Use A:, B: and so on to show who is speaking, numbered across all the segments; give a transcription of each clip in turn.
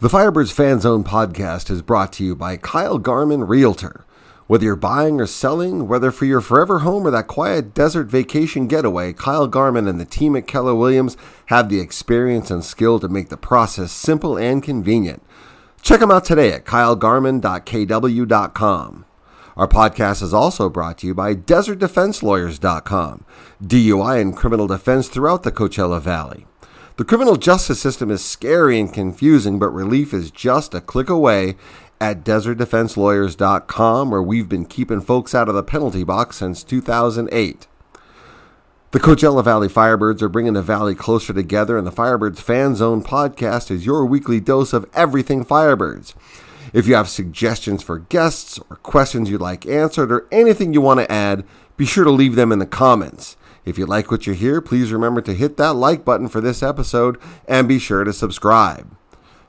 A: The Firebirds Fan Zone podcast is brought to you by Kyle Garman Realtor. Whether you're buying or selling, whether for your forever home or that quiet desert vacation getaway, Kyle Garman and the team at Keller Williams have the experience and skill to make the process simple and convenient. Check them out today at kylegarman.kw.com. Our podcast is also brought to you by DesertDefenseLawyers.com, DUI and criminal defense throughout the Coachella Valley. The criminal justice system is scary and confusing, but relief is just a click away at DesertDefenseLawyers.com, where we've been keeping folks out of the penalty box since 2008. The Coachella Valley Firebirds are bringing the Valley closer together, and the Firebirds Fan Zone podcast is your weekly dose of everything Firebirds. If you have suggestions for guests or questions you'd like answered or anything you want to add, be sure to leave them in the comments. If you like what you hear, please remember to hit that like button for this episode and be sure to subscribe.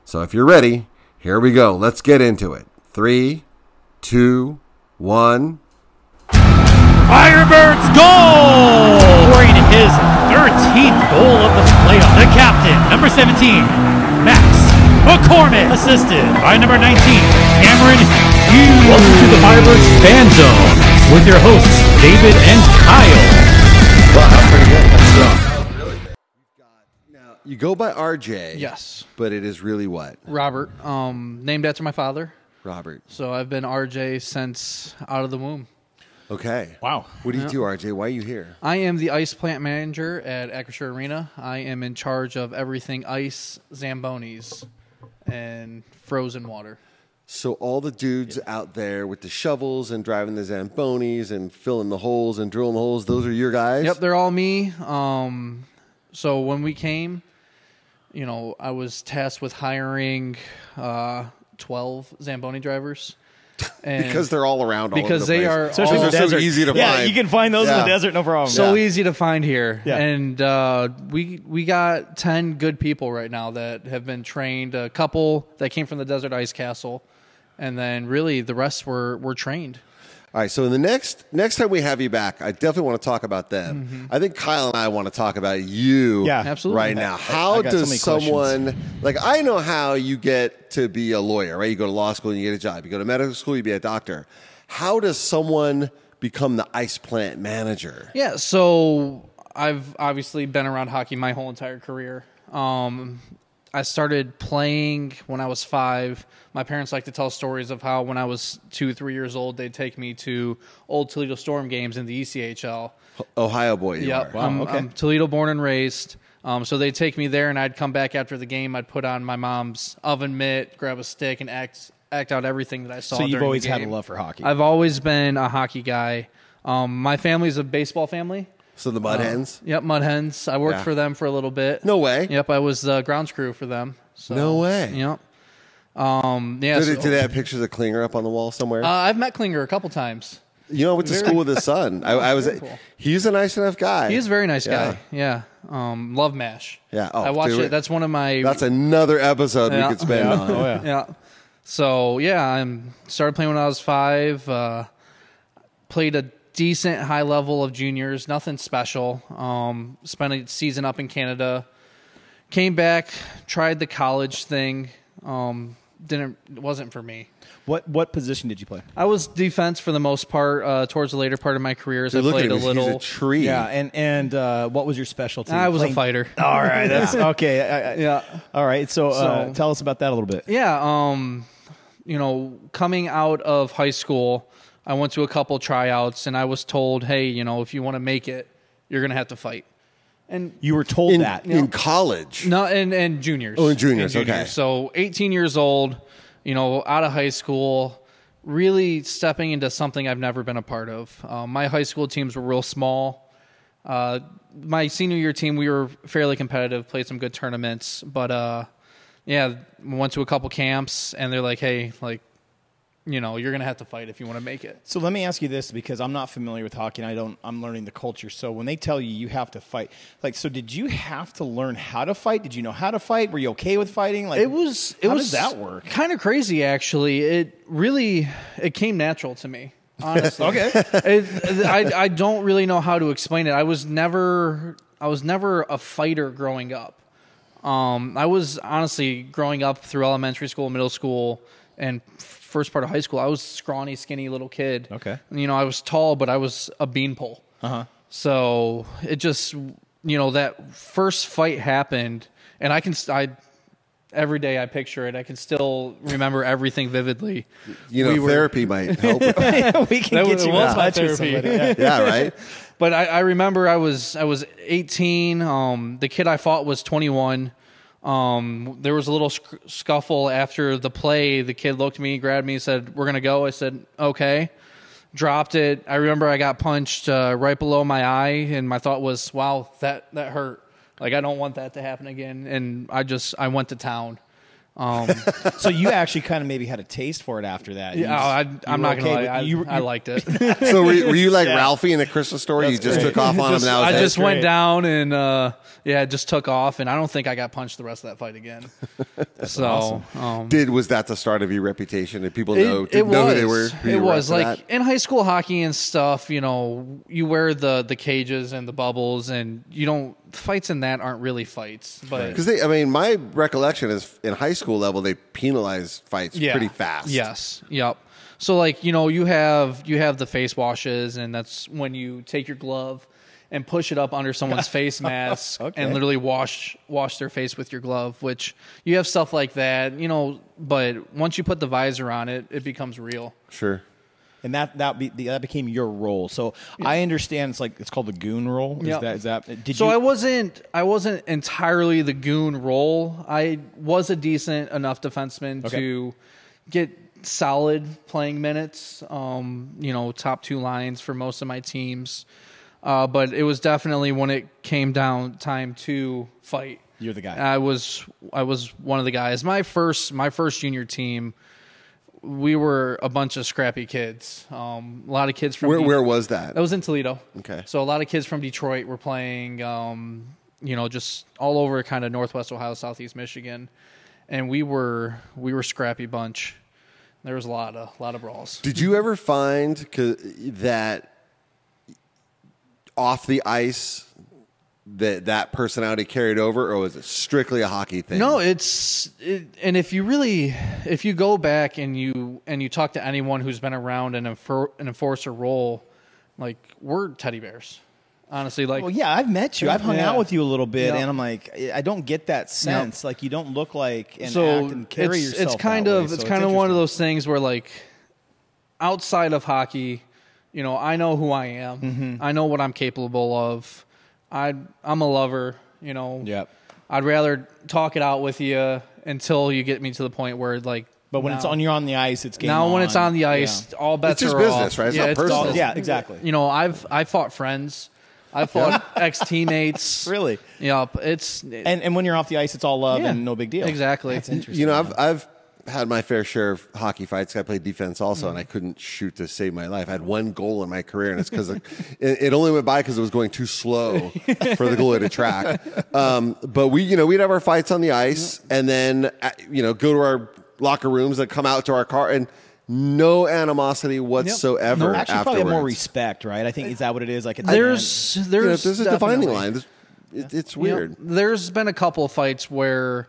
A: So if you're ready, here we go. Let's get into it. Three, two, one.
B: Firebirds goal! Scoring his 13th goal of the playoff. The captain, number 17, Max McCormick. Assisted by number 19, Cameron Hughes.
C: Welcome to the Firebirds Fan Zone with your hosts, David and Kyle.
A: Now, you go by RJ.
D: Yes.
A: But it is really what?
D: Robert, um, named after my father.
A: Robert.
D: So I've been RJ since out of the womb.
A: Okay.
C: Wow.
A: What do you do, RJ? Why are you here?
D: I am the ice plant manager at Acrisure Arena. I am in charge of everything ice, zambonis, and frozen water.
A: So all the dudes out there with the shovels and driving the zambonis and filling the holes and drilling the holes, those are your guys.
D: Yep, they're all me. Um, so when we came, you know, I was tasked with hiring uh, 12 zamboni drivers. And
A: because they're all around. All
D: Because
A: over the
D: they
A: place.
D: are
A: Especially
D: all-
A: they're so
C: Desert.
A: easy to
B: Yeah,
A: find.
B: you can find those in
A: Yeah.
B: the desert, no problem.
D: so
A: Yeah.
D: easy to find here.
B: Yeah.
D: And uh, we we got ten good people right now that have been trained. A couple that came from the Desert Ice Castle, and then really the rest were were trained.
A: All right. So in the next next time we have you back, I definitely want to talk about them. I think Kyle and I want to talk about you.
B: Yeah.
D: Absolutely.
A: Right now,
B: I-
A: how
B: I got so
A: does
B: many
A: someone like I know how you get to be a lawyer? Right, you go to law school and you get a job. You go to medical school, you be a doctor. How does someone become the ice plant manager?
D: Yeah, so I've obviously been around hockey my whole entire career. Um, I started playing when I was five. My parents like to tell stories of how when I was two, three years old, they'd take me to old Toledo Storm games in the E ECHL.
A: Ohio boy, you
D: Yep.
A: are.
D: I'm, I'm Toledo born and raised. Um, so they'd take me there, and I'd come back after the game. I'd put on my mom's oven mitt, grab a stick, and act act out everything that I saw.
C: So you've
D: during the
C: always had a
D: game.
C: love for hockey.
D: I've always been a hockey guy. Um, my family's a baseball family.
A: So the mud hens.
D: Yep, Mud Hens. I worked
A: Yeah.
D: for them for a little bit.
A: No way.
D: Yep, I was the grounds crew for them. So,
A: No way.
D: Yep. Um, yeah.
A: Did, it,
D: so-
A: did they have pictures of Klinger up on the wall somewhere?
D: uh, I've met Klinger a couple times.
A: you know, I went to
D: very-
A: school with his son. I, I was.
D: Very cool.
A: He's a nice enough guy.
D: He is a very nice
A: Yeah.
D: guy. Yeah. Um, love Mash.
A: Yeah. Oh,
D: I watch
A: dude.
D: it. That's one of my.
A: That's another episode
D: Yeah.
A: we could spend on.
C: oh, yeah.
D: yeah. So yeah, I started playing when I was five. Uh, played a decent high level of juniors, nothing special. Um, spent a season up in Canada. Came back, tried the college thing. Um, didn't it wasn't for me.
C: What what position did you play?
D: I was defense for the most part uh, towards the later part of my career. As I
A: Dude, look at
D: played
A: him.
D: a
A: He's
D: little.
A: a tree.
C: Yeah, and and uh, what was your specialty?
D: I was a
C: Playing-
D: fighter.
C: All right, that's okay. I, I,
D: Yeah.
C: All right, so, uh,
D: So-
C: tell us about that a little bit.
D: Yeah, um, you know, coming out of high school, I went to a couple tryouts and I was told, "Hey, you know, if you want to make it, you're going to have to fight." And
C: You were told
A: in,
C: that.
A: in college.
D: no, and and juniors.
A: Oh, in juniors, okay.
D: So 18 years old, you know, out of high school, really stepping into something I've never been a part of. Um, my high school teams were real small. Uh, my senior year team, we were fairly competitive, played some good tournaments, but uh, yeah, went to a couple camps, and they're like, "Hey, like, you know, you're gonna have to fight if you want to make it."
C: So let me ask you this because I'm not familiar with hockey and I don't I'm learning the culture. So when they tell you you have to fight, like so did you have to learn how to fight? Did you know how to fight? Were you okay with fighting? Like
D: it was it
C: how
D: was
C: does that work?
D: kind of crazy actually it really it came natural to me honestly okay it, I, I don't really know how to explain it i was never i was never a fighter growing up Um, I was honestly growing up through elementary school, middle school, and f- first part of high school. I was scrawny, skinny little kid.
C: Okay.
D: you know I was tall, but I was a beanpole. Uh huh. So it just you know that first fight happened, and I can st- I every day I picture it. I can still remember everything vividly.
A: You know,
D: We were-
A: therapy might help. with that.
C: we can get
D: was-
C: you
D: was
C: in
D: my
C: touch with
D: therapy.
C: somebody.
A: yeah, right.
D: But I, I remember I was I was 18. Um, the kid I fought was 21. Um, there was a little sc- scuffle after the play. The kid looked at me, grabbed me, said, "We're gonna go." I said, "Okay." Dropped it. I remember I got punched uh, right below my eye, and my thought was, "Wow, that that hurt." Like I don't want that to happen again. And I just I went to town. Um,
C: So you actually kind of maybe had a taste for it after that. You
D: yeah, I,
C: just- you
D: I'm
C: were
D: not gonna
C: okay
D: lie.
C: with-
D: I,
C: you-
D: I liked it.
A: So were, were you like Ralphie in the Christmas story? You just
C: great.
A: took off on him.
D: Just-
A: Now
D: I just
C: great.
D: went down and uh, yeah, just took off, and I don't think I got punched the rest of that fight again. so um,
A: did was that the start of your reputation? Did people
D: it,
A: know?
D: it
A: didn't know who they were.
D: was
A: who
D: it
A: you were
D: was
A: after
D: like
A: that?
D: in high school hockey and stuff. You know, you wear the the cages and the bubbles, and you don't fights in that aren't really fights, but
A: Because they, I mean, my recollection is in high school level they penalized fights
D: yeah,
A: pretty fast.
D: Yes, yep. So like you know you have you have the face washes, and that's when you take your glove and push it up under someone's face mask
C: Okay.
D: and literally wash wash their face with your glove. Which you have stuff like that, you know. But once you put the visor on it, it becomes real.
A: sure.
C: and that that be, that became your role. So I understand it's like it's called the goon role. Is
D: Yeah.
C: that is that? Did
D: so
C: you?
D: I wasn't I wasn't entirely the goon role. I was a decent enough defenseman
C: Okay.
D: to get solid playing minutes. Um, you know, top two lines for most of my teams. Uh, but it was definitely when it came down time to fight.
C: You're the guy.
D: I was I was one of the guys. My first my first junior team. We were a bunch of scrappy kids. Um, a lot of kids from
A: Where
D: Detroit.
A: where was that?
D: That was in Toledo.
A: Okay.
D: So a lot of kids from Detroit were playing, um, you know, just all over kind of Northwest Ohio, Southeast Michigan, and we were we were scrappy bunch. There was a lot of lot of brawls.
A: Did you ever find 'cause- that off the ice that that personality carried over, or was it strictly a hockey thing?
D: No, it's it, and if you really if you go back and you and you talk to anyone who's been around an, enfor- an enforcer role, like we're teddy bears, honestly. Like
C: well, yeah, I've met you. I've hung
D: Yeah.
C: out with you a little bit,
D: Yeah.
C: and I'm like, I- I don't get that sense. Like you don't look like and act and carry
D: it's,
C: yourself.
D: It's kind
C: that way.
D: of
C: So
D: it's kind of one
C: interesting.
D: of those things where like outside of hockey, you know, I know who I am.
C: Mm-hmm.
D: I know what I'm capable of. I I'm a lover, you know.
C: Yep.
D: I'd rather talk it out with you until you get me to the point where like
C: But when it's on, you're on the ice. It's game
D: now
C: on.
D: when it's on the
C: Yeah.
D: ice, all bets
A: It's just
D: are
A: business,
D: off.
A: right? It's
D: yeah,
A: not
D: it's all-
A: personal.
C: Yeah, exactly.
D: You know, I've I fought friends. I fought ex teammates.
C: Really?
D: Yep. It's
C: And and when you're off the ice, it's all love
D: Yeah.
C: and no big deal.
D: Exactly.
C: That's interesting.
A: You know, I've I've had my fair share of hockey fights. I played defense also, and I couldn't shoot to save my life. I had one goal in my career, and it's because it, it only went by because it was going too slow for the goalie to track. Um, but we, you know, we'd have our fights on the ice, and then uh, you know, go to our locker rooms and come out to our car, and no animosity whatsoever.
C: actually probably have more
A: afterwards.
C: respect, right? I think is that what it is. Like it's
D: there's
A: You know,
D: there's
A: there's a defining
D: definitely-
A: line. This- it- it's
D: You know,
A: weird.
D: there's been a couple of fights where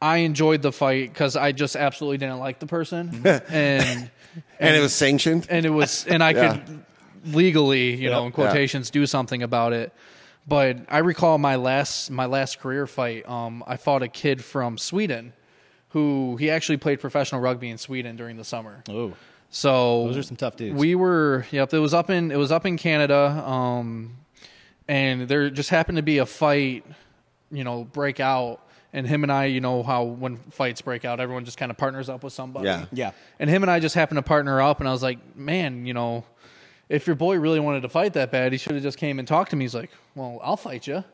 D: I enjoyed the fight because I just absolutely didn't like the person, and
A: And it was sanctioned.
D: and it was and I could legally, you know, in quotations, do something about it. But I recall my last my last career fight. Um, I fought a kid from Sweden who he actually played professional rugby in Sweden during the summer.
C: Oh,
D: So
C: Those are some tough dudes.
D: We were yep. It was up in it was up in Canada, um, and there just happened to be a fight, you know, break out. And him and I, you know how when fights break out, everyone just kind of partners up with somebody.
A: Yeah.
C: Yeah.
D: And him and I just happened to partner up, and I was like, man, you know, if your boy really wanted to fight that bad, he should have just came and talked to me. He's like, well, I'll fight you.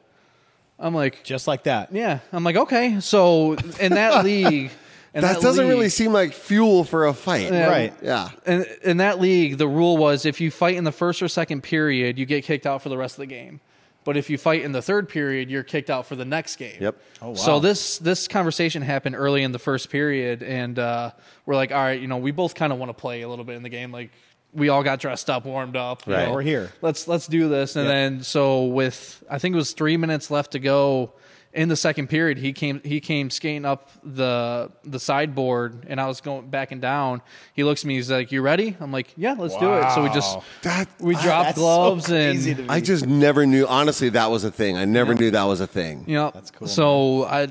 D: I'm like,
C: just like that.
D: yeah. I'm like, okay. So in that league, in
A: that doesn't really
D: league-
A: seem like fuel for a fight.
C: Right.
A: Yeah.
D: in, in that league, the rule was if you fight in the first or second period, you get kicked out for the rest of the game. But if you fight in the third period, you're kicked out for the next game.
A: Yep.
C: Oh, wow.
D: So this this conversation happened early in the first period, and uh, we're like, all right, you know, we both kind of want to play a little bit in the game. Like we all got dressed up, warmed up. you
A: Right.
D: know,
C: We're here.
D: Let's let's do this. And then so with I think it was three minutes left to go in the second period he came he came skating up the the sideboard and I was going back and down. He looks at me, he's like, You ready? I'm like, Yeah, let's do it. So we just
C: Wow.
A: That
D: we dropped
C: ah, That's so
D: gloves
C: crazy
D: and
C: to me.
A: I just never knew. Honestly, that was a thing. I never knew that was a thing.
D: you know
C: That's cool,
D: So I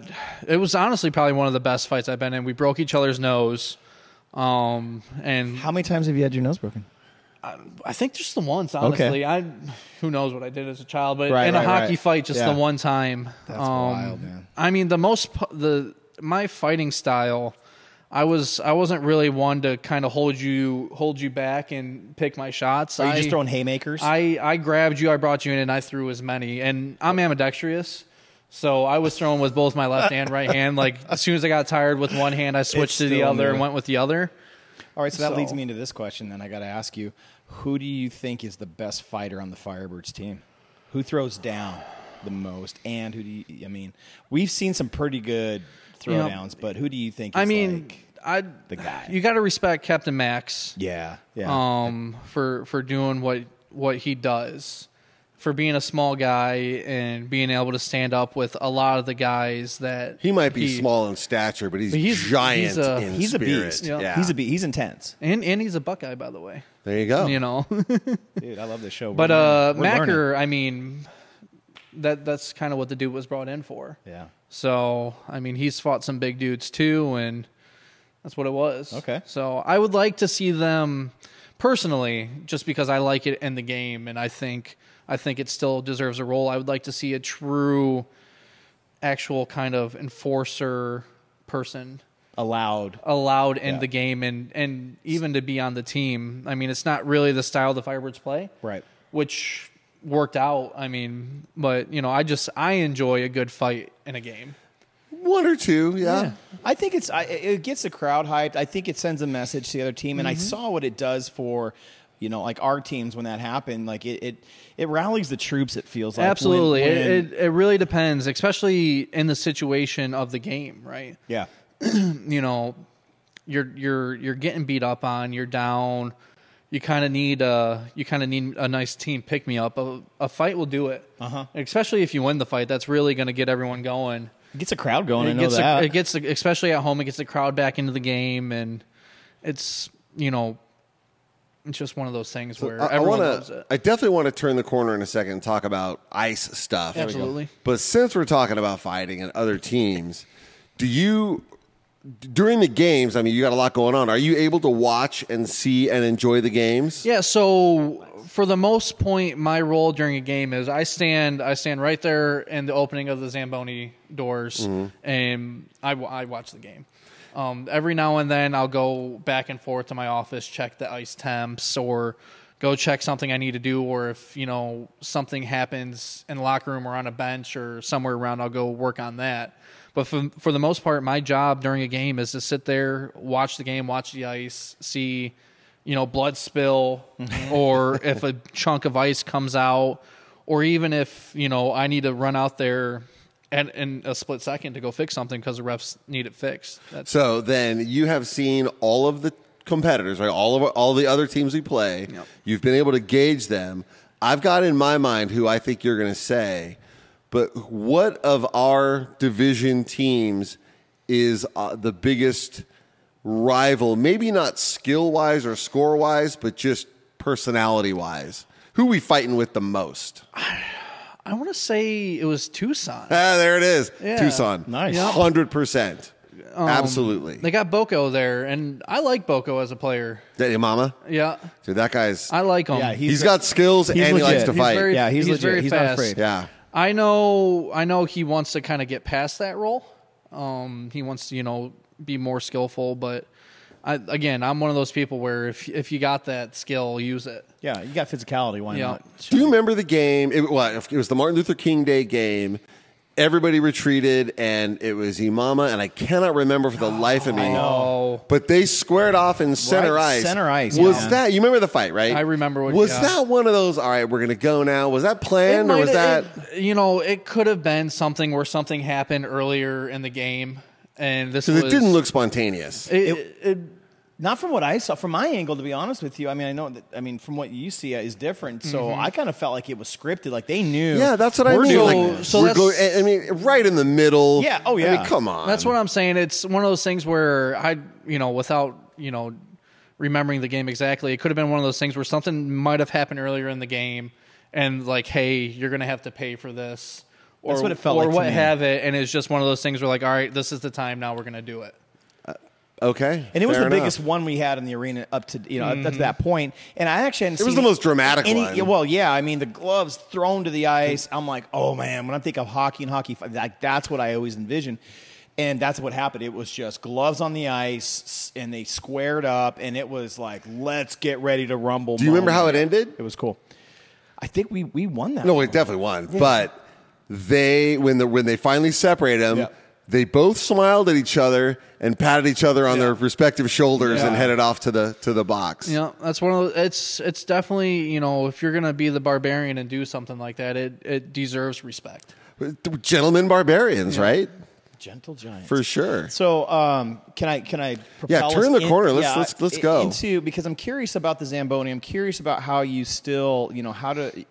D: it was honestly probably one of the best fights I've been in. We broke each other's nose. Um and
C: How many times have you had your nose broken?
D: I think just the once, honestly. I who knows what I did as a child, but
C: Right,
D: in
C: right,
D: a hockey
C: right.
D: fight, just
C: Yeah.
D: the one time. That's
C: wild, man.
D: I mean, the most pu- the my fighting style, I was I wasn't really one to kind of hold you hold you back and pick my shots.
C: Are you
D: I,
C: just throwing haymakers?
D: I I grabbed you, I brought you in, and I threw as many. And I'm ambidextrous. So I was throwing with both my left and right hand. Like as soon as I got tired with one hand, I switched to the
C: still
D: other
C: new.
D: and went with the other.
C: All right, so that
D: So-
C: leads me into this question. Then I got to ask you, who do you think is the best fighter on the Firebirds team? Who throws down the most, and who do you? I mean, we've seen some pretty good
D: You know,
C: throwdowns, but who do you think? Is
D: I mean,
C: like-
D: I
C: the guy.
D: You got to respect Captain Max.
C: yeah, yeah.
D: um, for for doing what what he does, for being a small guy and being able to stand up with a lot of the guys that
A: He might be small in stature, but he's,
D: he's- he's
A: giant
D: a-
A: in
C: he's a
A: spirit.
C: beast.
D: Yeah.
C: He's a beast. He's intense,
D: and and he's a Buckeye by the way,
A: There you go.
D: you know.
C: dude. I love this show.
D: but
C: Oh. We're
D: uh,
C: learning. We're learning.
D: Macker, I mean, that that's kind of what the dude was brought in for.
C: yeah.
D: So I mean, he's fought some big dudes too, and that's what it was.
C: Okay.
D: So I would like to see them personally, just because I like it in the game, and I think I think it still deserves a role. I would like to see a true, actual kind of enforcer person
C: Allowed.
D: allowed in
C: Yeah.
D: the game, and and even to be on the team. I mean, it's not really the style the Firebirds play
C: Right.
D: which worked out. I mean, but you know, I just I enjoy a good fight in a game.
A: One or two, yeah.
C: I think it's I, it gets the crowd hyped. I think it sends a message to the other team, and
D: Mm-hmm.
C: I saw what it does for you know like our teams when that happened. Like it it, it rallies the troops. It feels like
D: Absolutely,
C: when-
D: It,
C: when-
D: it it really depends, especially in the situation of the game, right?
C: yeah,
D: You know, you're you're you're getting beat up on, you're down. You kind of need a you kind of need a nice team pick me up. A, a fight will do it, uh-huh. especially if you win the fight. That's really going to get everyone going.
C: it gets a crowd going. I
D: it
C: know
D: gets the-
C: that.
D: it gets the- especially at home it gets the crowd back into the game and it's you know it's just one of those things where
A: I, I
D: everyone
A: wanna-
D: loves it
A: I definitely want to turn the corner in a second and talk about ice stuff.
D: There we go. Absolutely.
A: But since we're talking about fighting and other teams, do you during the games? I mean, you got a lot going on. Are you able to watch and see and enjoy the games?
D: yeah so for the most point my role during a game is i stand i stand right there in the opening of the zamboni doors and I, wa- I watch the game um, every now and then i'll go back and forth to my office check the ice temps or go check something i need to do or if you know something happens in the locker room or on a bench or somewhere around i'll go work on that but for, for the most part my job during a game is to sit there watch the game watch the ice see you know, blood spill, or if a chunk of ice comes out, or even if you know I need to run out there and in a split second to go fix something because the refs need it fixed. That's
A: So then you have seen all of the competitors, right? All of all the other teams we play.
D: Yep.
A: You've been able to gauge them. I've got in my mind who I think you're going to say, but what of our division teams is uh, the biggest rival? Maybe not skill wise or score wise, but just personality wise. Who we fighting with the most?
D: I want to say it was Tucson.
A: Ah, there it is.
D: Yeah. Um,
A: Tucson.
C: Nice. Yep.
A: Hundred percent. Absolutely.
D: They got Boko there, and I like Boko as a player.
A: Daddy Mama.
D: Yeah,
A: Dude, that guy's
D: I like him.
C: Yeah,
A: he's got skills and he
C: legit.
A: likes to
C: He's
A: fight.
D: very-
C: yeah, he's,
D: he's
C: legit.
D: very
C: he's
D: fast.
C: not afraid.
A: yeah.
D: I know I know he wants to kind of get past that role. Um, he wants to, you know, be more skillful, but I, again, I'm one of those people where if if you got that skill, use it.
C: Yeah, you got physicality. Why
D: Yeah.
C: not?
A: Do you remember the game? It, well, it was the Martin Luther King Day game. Everybody retreated, and it was Imama, and I cannot remember for the life of me.
D: know.
A: But they squared off in center
C: Right,
A: ice.
C: center ice,
A: Was
C: yeah.
A: that you remember the fight? Right.
D: I remember what-
A: was
D: yeah.
A: that one of those? All right, we're gonna go now. Was that planned or
D: might-
A: was that?
D: it- you know, it could have been something where something happened earlier in the game, and this
A: Because
D: was,
A: it didn't look spontaneous.
D: It, it,
C: Not from what I saw, from my angle, to be honest with you. I mean, I know that. I mean, from what you see uh, is different. So
D: Mm-hmm.
C: I kind of felt like it was scripted, like they knew.
A: Yeah, that's what I
C: we're
A: mean.
C: doing
D: So-
A: Like,
C: this.
D: so
A: we're
D: that's-
A: going- I- I mean, right in the middle.
C: Yeah, oh,
A: I
C: yeah.
A: mean, come on.
D: That's what I'm saying. It's one of those things where I, you know, without you know remembering the game exactly, it could have been one of those things where something might have happened earlier in the game, and like, hey, you're gonna have to pay for this, or
C: That's what it felt
D: or
C: like to
D: what
C: me.
D: have it, and it's just one of those things where like, all right, this is the time now, we're gonna do it.
A: Okay.
C: And it was
A: fair
C: the
A: enough. Mm-hmm.
C: biggest one we had in the arena up to you know up to that point. And I actually hadn't
A: It was
C: seen
A: the most dramatic
C: any-
A: one.
C: Well, yeah, I mean the gloves thrown to the ice. I'm like, oh man, when I think of hockey and hockey, like that's what I always envision. And that's what happened. It was just gloves on the ice, and they squared up, and it was like, let's get ready to rumble.
A: Do you remember how it
C: moment.
A: ended?
C: It was cool. I think we we won that.
A: No,
C: one.
A: it definitely won. But they when the when they finally separated them,
C: Yeah.
A: they both smiled at each other and patted each other on
C: Yeah.
A: their respective shoulders and
C: Yeah.
A: headed off to the to the box.
D: Yeah, that's one of the, it's it's definitely you know if you're gonna be the barbarian and do something like that, it it deserves respect.
A: Gentlemen barbarians, right?
C: gentle giant
A: For sure.
C: So um, can I can I propel
A: turn
C: us
A: the corner. Let's- let's- let's
C: i-
A: go.
C: into because I'm curious about the Zamboni. I'm curious about how you still you know how to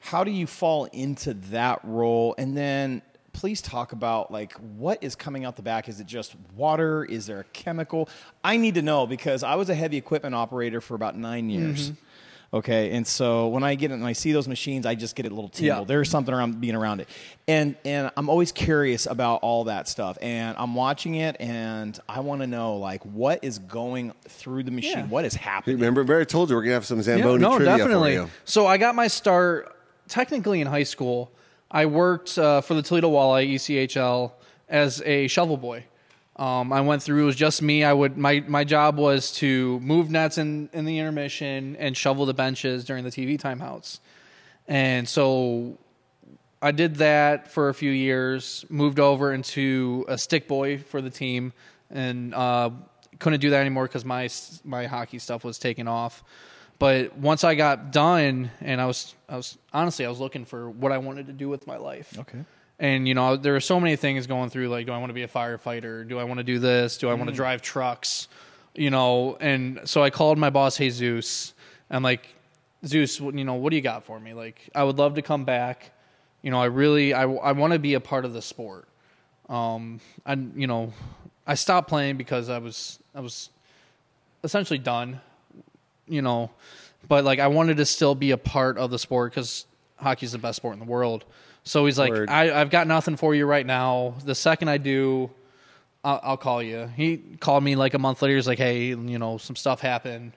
C: how do you fall into that role and then please talk about like what is coming out the back is it just water is there a chemical i need to know because i was a heavy equipment operator for about nine years
A: Mm-hmm.
C: okay and so when i get in and i see those machines i just get a little tingle
D: Yeah.
C: there's something around being around it and and i'm always curious about all that stuff and i'm watching it and i want to know like what is going through the machine
D: Yeah.
C: what is happening
A: Remember, Barry told you we're gonna have some Zamboni trivia for you.
D: So I got my start technically in high school. I worked uh, for the Toledo Walleye ECHL as a shovel boy. Um, I went through. It was just me. I would my my job was to move nets in in the intermission and shovel the benches during the TV timeouts. And so I did that for a few years, moved over into a stick boy for the team, and uh, couldn't do that anymore because my my hockey stuff was taking off. But once I got done, and I was I was honestly I was looking for what I wanted to do with my life.
C: Okay.
D: And you know there are so many things going through like do I want to be a firefighter? Do I want to do this? Do I want to drive trucks? You know, and so I called my boss Jesus. I'm like, Zeus, you know, what do you got for me? Like, I would love to come back. You know, I really, I, I want to be a part of the sport. Um, I, you know, I stopped playing because I was, I was essentially done, you know, but like, I wanted to still be a part of the sport because hockey's the best sport in the world. So he's like,
A: Word.
D: I, I've got nothing for you right now. The second I do, I'll, I'll call you. He called me like a month later. He's like, hey, you know, some stuff happened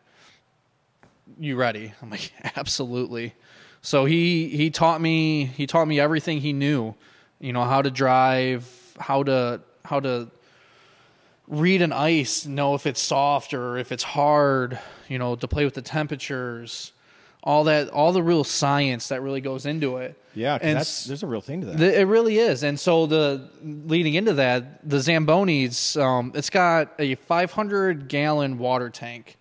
D: you ready? I'm like, absolutely. So he he taught me he taught me everything he knew, you know how to drive, how to how to read an ice, know if it's soft or if it's hard, you know to play with the temperatures, all that all the real science that really goes into it.
C: yeah 'cause
D: And
C: that's, there's a real thing to that
D: the, it really is. And so the leading into that, the Zamboni's, um, it's got a 500 gallon water tank.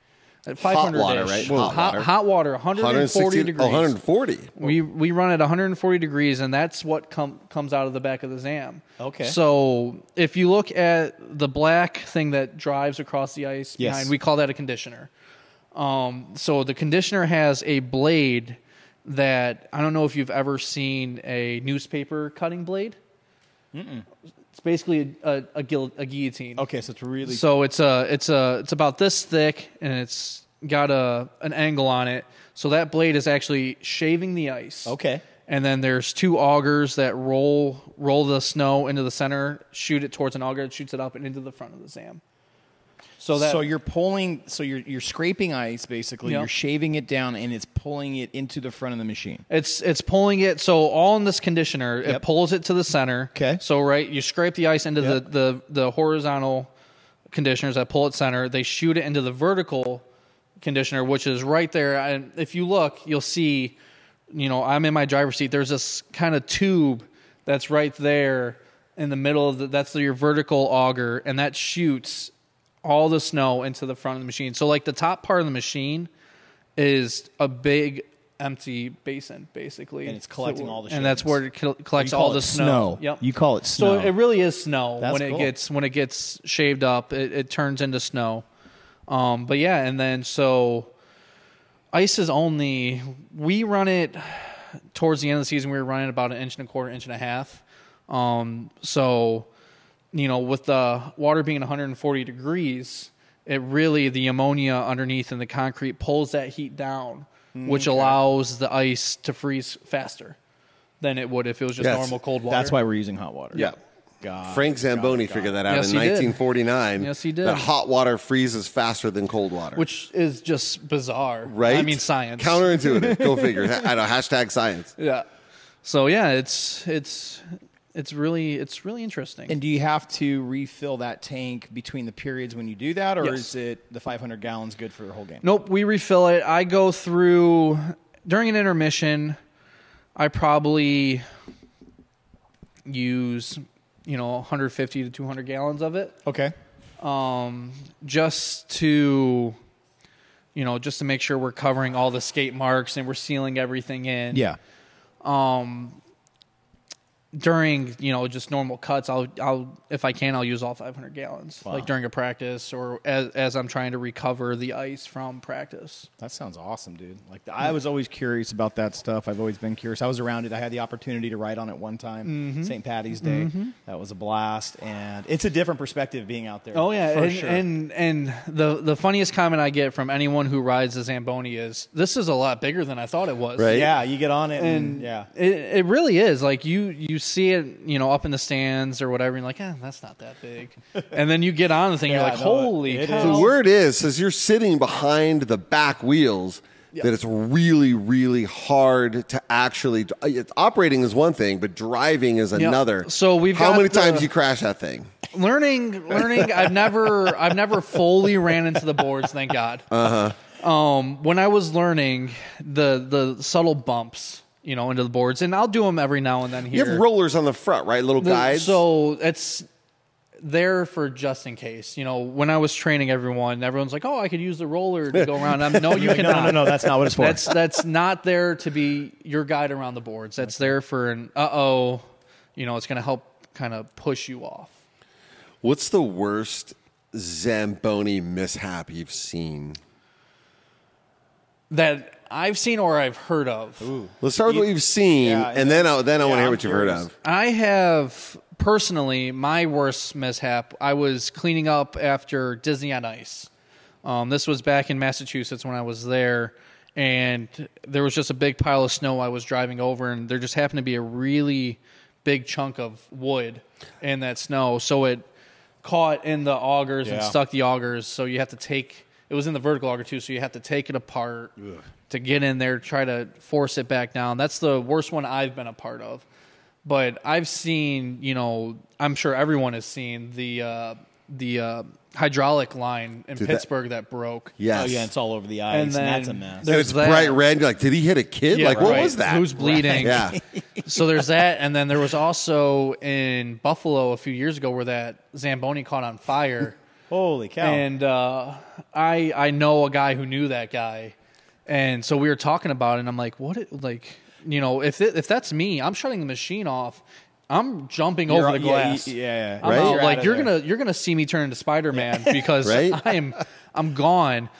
D: At 500
A: water, right? Whoa.
D: Hot, hot water.
A: oh,
D: 140 degrees.
A: 140.
D: We we run at 140 degrees, and that's what com- comes out of the back of the Zam.
C: Okay.
D: So if you look at the black thing that drives across the ice
C: Yes.
D: behind, we call that a conditioner. Um, so the conditioner has a blade that I don't know if you've ever seen a newspaper cutting blade. It's basically a, a, a, guil- a guillotine.
C: okay so it's really
D: So it's a it's a it's about this thick and it's got a an angle on it. So that blade is actually shaving the ice.
C: Okay.
D: And then there's two augers that roll roll the snow into the center, shoot it towards an auger, it shoots it up and into the front of the zam. So that
C: so you're pulling, so you're you're scraping ice basically.
D: Yep.
C: You're shaving it down, and it's pulling it into the front of the machine.
D: It's it's pulling it so all in this conditioner it
C: Yep.
D: pulls it to the center.
C: Okay.
D: So right, you scrape the ice into
C: Yep.
D: the, the the horizontal conditioners that pull it center. They shoot it into the vertical conditioner, which is right there. And if you look, you'll see, you know, I'm in my driver's seat. There's this kind of tube that's right there in the middle of the, that's your vertical auger, and that shoots all the snow into the front of the machine. So like the top part of the machine is a big empty basin basically
C: And it's collecting all the
D: and that's
C: shavings.
D: where it col- collects
C: You call
D: all the
C: it
D: snow.
C: snow.
D: Yep.
C: You call it snow.
D: So it really is snow
C: That's
D: when it
C: cool.
D: gets when it gets shaved up. It, it turns into snow. Um, but yeah, and then so ice is only we run it towards the end of the season. We were running about an inch and a quarter, inch and a half. Um, so you know, with the water being 140 degrees, it really the ammonia underneath in the concrete pulls that heat down, which allows the ice to freeze faster than it would if it was just
A: Yes.
D: normal cold water.
C: That's why we're using hot water.
A: Yeah.
C: God.
A: Frank Zamboni figured that out
D: Yes,
A: in
D: he did.
A: 1949.
D: Yes, he did.
A: That hot water freezes faster than cold water.
D: which is just bizarre,
A: right?
D: I mean, science.
A: Counterintuitive. Go figure. I know. Hashtag science.
D: yeah. So yeah, it's it's it's really it's really interesting.
C: And do you have to refill that tank between the periods when you do that, or
D: Yes.
C: is it the 500 gallons good for the whole game?
D: Nope, we refill it. I go through during an intermission. I probably use you know 150 to 200 gallons of it,
C: Okay.
D: um, just to you know just to make sure we're covering all the skate marks and we're sealing everything in.
C: Yeah.
D: during you know just normal cuts i'll i'll if i can i'll use all 500 gallons like during a practice or as as i'm trying to recover the ice from practice
C: That sounds awesome, dude. Like I was always curious about that stuff. I've always been curious. I was around it. I had the opportunity to ride on it one time,
D: Mm-hmm.
C: St. Patty's Day. That was a blast, and it's a different perspective being out there.
D: oh yeah
C: for
D: and,
C: sure.
D: and and the the funniest comment i get from anyone who rides the zamboni is this is a lot bigger than i thought it was
A: Right.
C: yeah, you get on it, and,
D: and
C: Mm, yeah,
D: it, it really is like you you see it you know up in the stands or whatever and you're like eh, that's not that big and then you get on the thing
C: Yeah,
D: you're like
C: no,
D: holy
C: it is.
D: cow
C: The
A: The word is, as you're sitting behind the back wheels, that it's really, really hard to actually. uh, It's, operating is one thing, but driving is another.
D: So we've
A: how
D: got
A: many
D: the-
A: times you crash that thing?
D: learning learning i've never i've never fully ran into the boards thank god
A: Uh-huh.
D: um when i was learning the the subtle bumps you know into the boards and i'll do them every now and then
A: You
D: here
A: have rollers on the front, right? Little
D: The-
A: guides.
D: so it's there for just in case you know when i was training everyone everyone's like oh i could use the roller to go around i'm no you
C: Like, no,
D: cannot
C: no, no, no, that's not what it's for.
D: that's that's not there to be your guide around the boards that's there for an uh-oh you know it's going to help kind of push you off
A: What's the worst Zamboni mishap you've seen?
D: that I've seen or I've heard of.
A: Let's start with what you've seen,
C: Yeah,
A: and then I, then I want to
C: yeah,
A: hear
C: I'm
A: what you've
C: curious.
A: heard of.
D: I have personally my worst mishap. I was cleaning up after Disney on Ice. Um, this was back in Massachusetts when I was there, and there was just a big pile of snow I was driving over, and there just happened to be a really big chunk of wood in that snow, so it caught in the augers and
C: Yeah.
D: stuck the augers. So you have to take it was in the vertical auger too, so you have to take it apart to get in there, try to force it back down. That's the worst one I've been a part of. But I've seen, you know, I'm sure everyone has seen the uh, the uh, hydraulic line in
A: that-
D: Pittsburgh that, broke.
A: Yes.
C: oh yeah, it's all over the ice, and,
D: then
C: that's a mess.
A: and
D: there's
A: it's
D: that.
A: bright red. You're like, did he hit a kid? like, what
D: right.
A: was that?
D: Who's bleeding?
A: yeah.
D: so there's that, and then there was also in Buffalo a few years ago where that Zamboni caught on fire,
C: Holy cow!
D: and uh, I I know a guy who knew that guy, and so we were talking about it, and I'm like, what? It, like, you know, if it, if that's me, I'm shutting the machine off. I'm jumping
C: You're-
D: over the
C: yeah, y-
D: glass.
C: yeah, yeah.
D: I'm
A: Right?
D: out.
A: You're
D: like
C: outta
D: you're
C: there.
D: gonna you're gonna see me turn into Spider Man because
A: Right?
D: I'm I'm gone.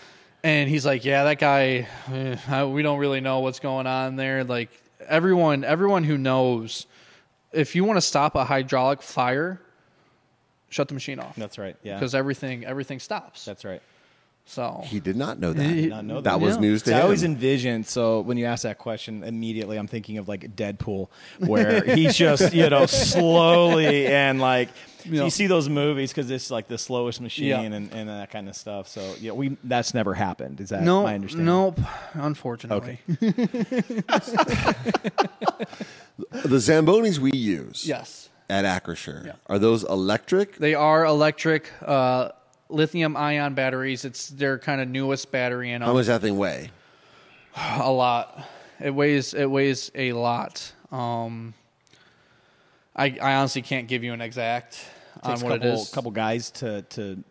D: And he's like, yeah, that guy. eh, I- we don't really know what's going on there. Like everyone, everyone who knows, if you want to stop a hydraulic fire, shut the machine off.
C: that's right. Yeah,
D: Because everything everything stops.
C: that's right.
D: so
A: He did not know that.
C: not know
A: that
C: that.
A: was
D: Yeah.
A: news to
C: So I
A: him.
C: always envision. So when you ask that question, immediately I'm thinking of like Deadpool, where he's just you know slowly and like
D: Yeah.
C: you see those movies because it's like the slowest machine
D: Yeah.
C: and, and that kind of stuff. So yeah, we that's never happened. Is that
D: no,
C: my understanding?
D: nope. Unfortunately,
A: the Zambonis we use
D: yes,
A: at Acrisure are those electric?
D: they are electric uh, lithium ion batteries. It's their kind of newest battery, and
A: How much does that thing weigh?
D: a lot. It weighs it weighs a lot. Um, I I honestly can't give you an exact on
C: Takes a
D: what
C: Um, couple,
D: it is.
C: couple guys to to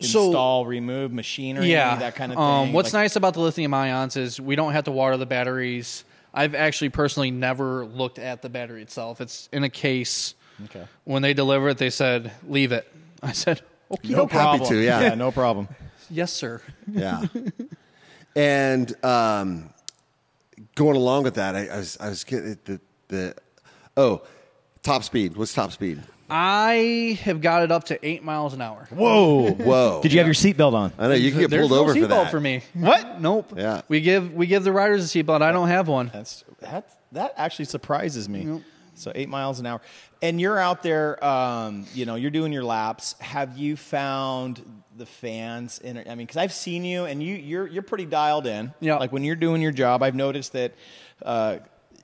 D: So-
C: install, remove machinery,
D: yeah,
C: that kind of thing.
D: Um, what's
C: Like,
D: nice about the lithium ions is we don't have to water the batteries. I've actually personally never looked at the battery itself. It's in a case.
C: Okay.
D: When they deliver it, they said leave it. I said okay.
A: No happy
C: problem.
A: to, yeah.
C: no problem.
D: Yes, sir.
A: Yeah. and um, going along with that, I, I was I was getting the the oh top speed. What's top speed?
D: I have got it up to eight miles an hour.
C: Whoa.
A: Whoa!
B: Did you have your seatbelt on?
A: I know you can get
D: There's
A: pulled
D: no
A: over for
D: seatbelt
A: that.
D: for me.
C: What?
D: Nope.
A: Yeah.
D: We give we give the riders a seatbelt. I don't have one.
C: That's that. That actually surprises me. So eight miles an hour, and you're out there. Um, you know, you're doing your laps. Have you found the fans? In, I mean, because I've seen you, and you you're you're pretty dialed in.
D: Yeah.
C: Like when you're doing your job, I've noticed that. Uh,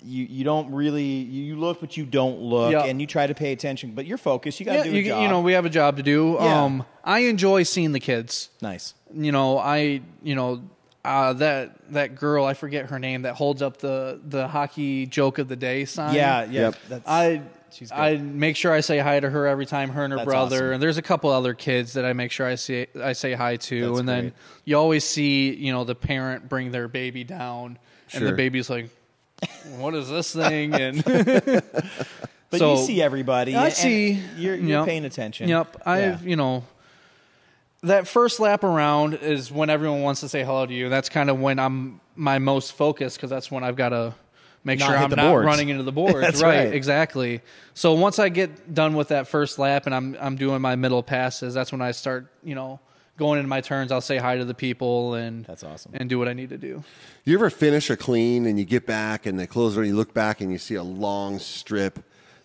C: you, you don't really you look but you don't look
D: Yeah.
C: and you try to pay attention but you're focused you got to
D: Yeah,
C: do
D: you,
C: your job
D: you know, we have a job to do.
C: Yeah.
D: Um, I enjoy seeing the kids.
C: nice
D: you know, I, you know, uh, that that girl, I forget her name, that holds up the the hockey joke of the day sign.
C: yeah yeah
A: Yep.
C: that's
D: I
C: She's good.
D: I make sure I say hi to her every time. Her and her
C: That's
D: brother,
C: awesome.
D: and there's a couple other kids that I make sure I say I say hi to,
C: That's great.
D: and then you always see, you know, the parent bring their baby down, and
A: Sure.
D: the baby's like, "What is this thing?" And
C: but you
D: so-
C: see everybody
D: I
C: and- and
D: see.
C: you're, you're
D: Yep.
C: paying attention
D: Yep. I
C: Yeah.
D: have you know that first lap around is when everyone wants to say hello to you. That's kind of when I'm my most focused because that's when I've got to make
C: Not
D: sure
C: hit
D: I'm
C: the
D: not
C: boards.
D: running into the boards.
C: That's right.
D: Exactly. So once I get done with that first lap and I'm I'm doing my middle passes, that's when I start you know going into my turns. I'll say hi to the people and
C: That's awesome.
D: and do what I need to do.
A: You ever finish a clean and you get back and the closer and you look back and you see a long strip?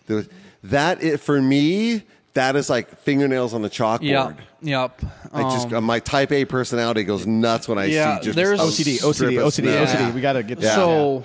A: There- That it for me. That is like fingernails on the chalkboard.
D: Yep. Yep.
A: I just
D: Um,
A: my type A personality goes nuts when I
D: yeah,
A: see just
D: there's-
A: a
D: OCD,
A: strip of snow.
D: OCD. Yeah.
C: we got to get
A: Yeah.
D: So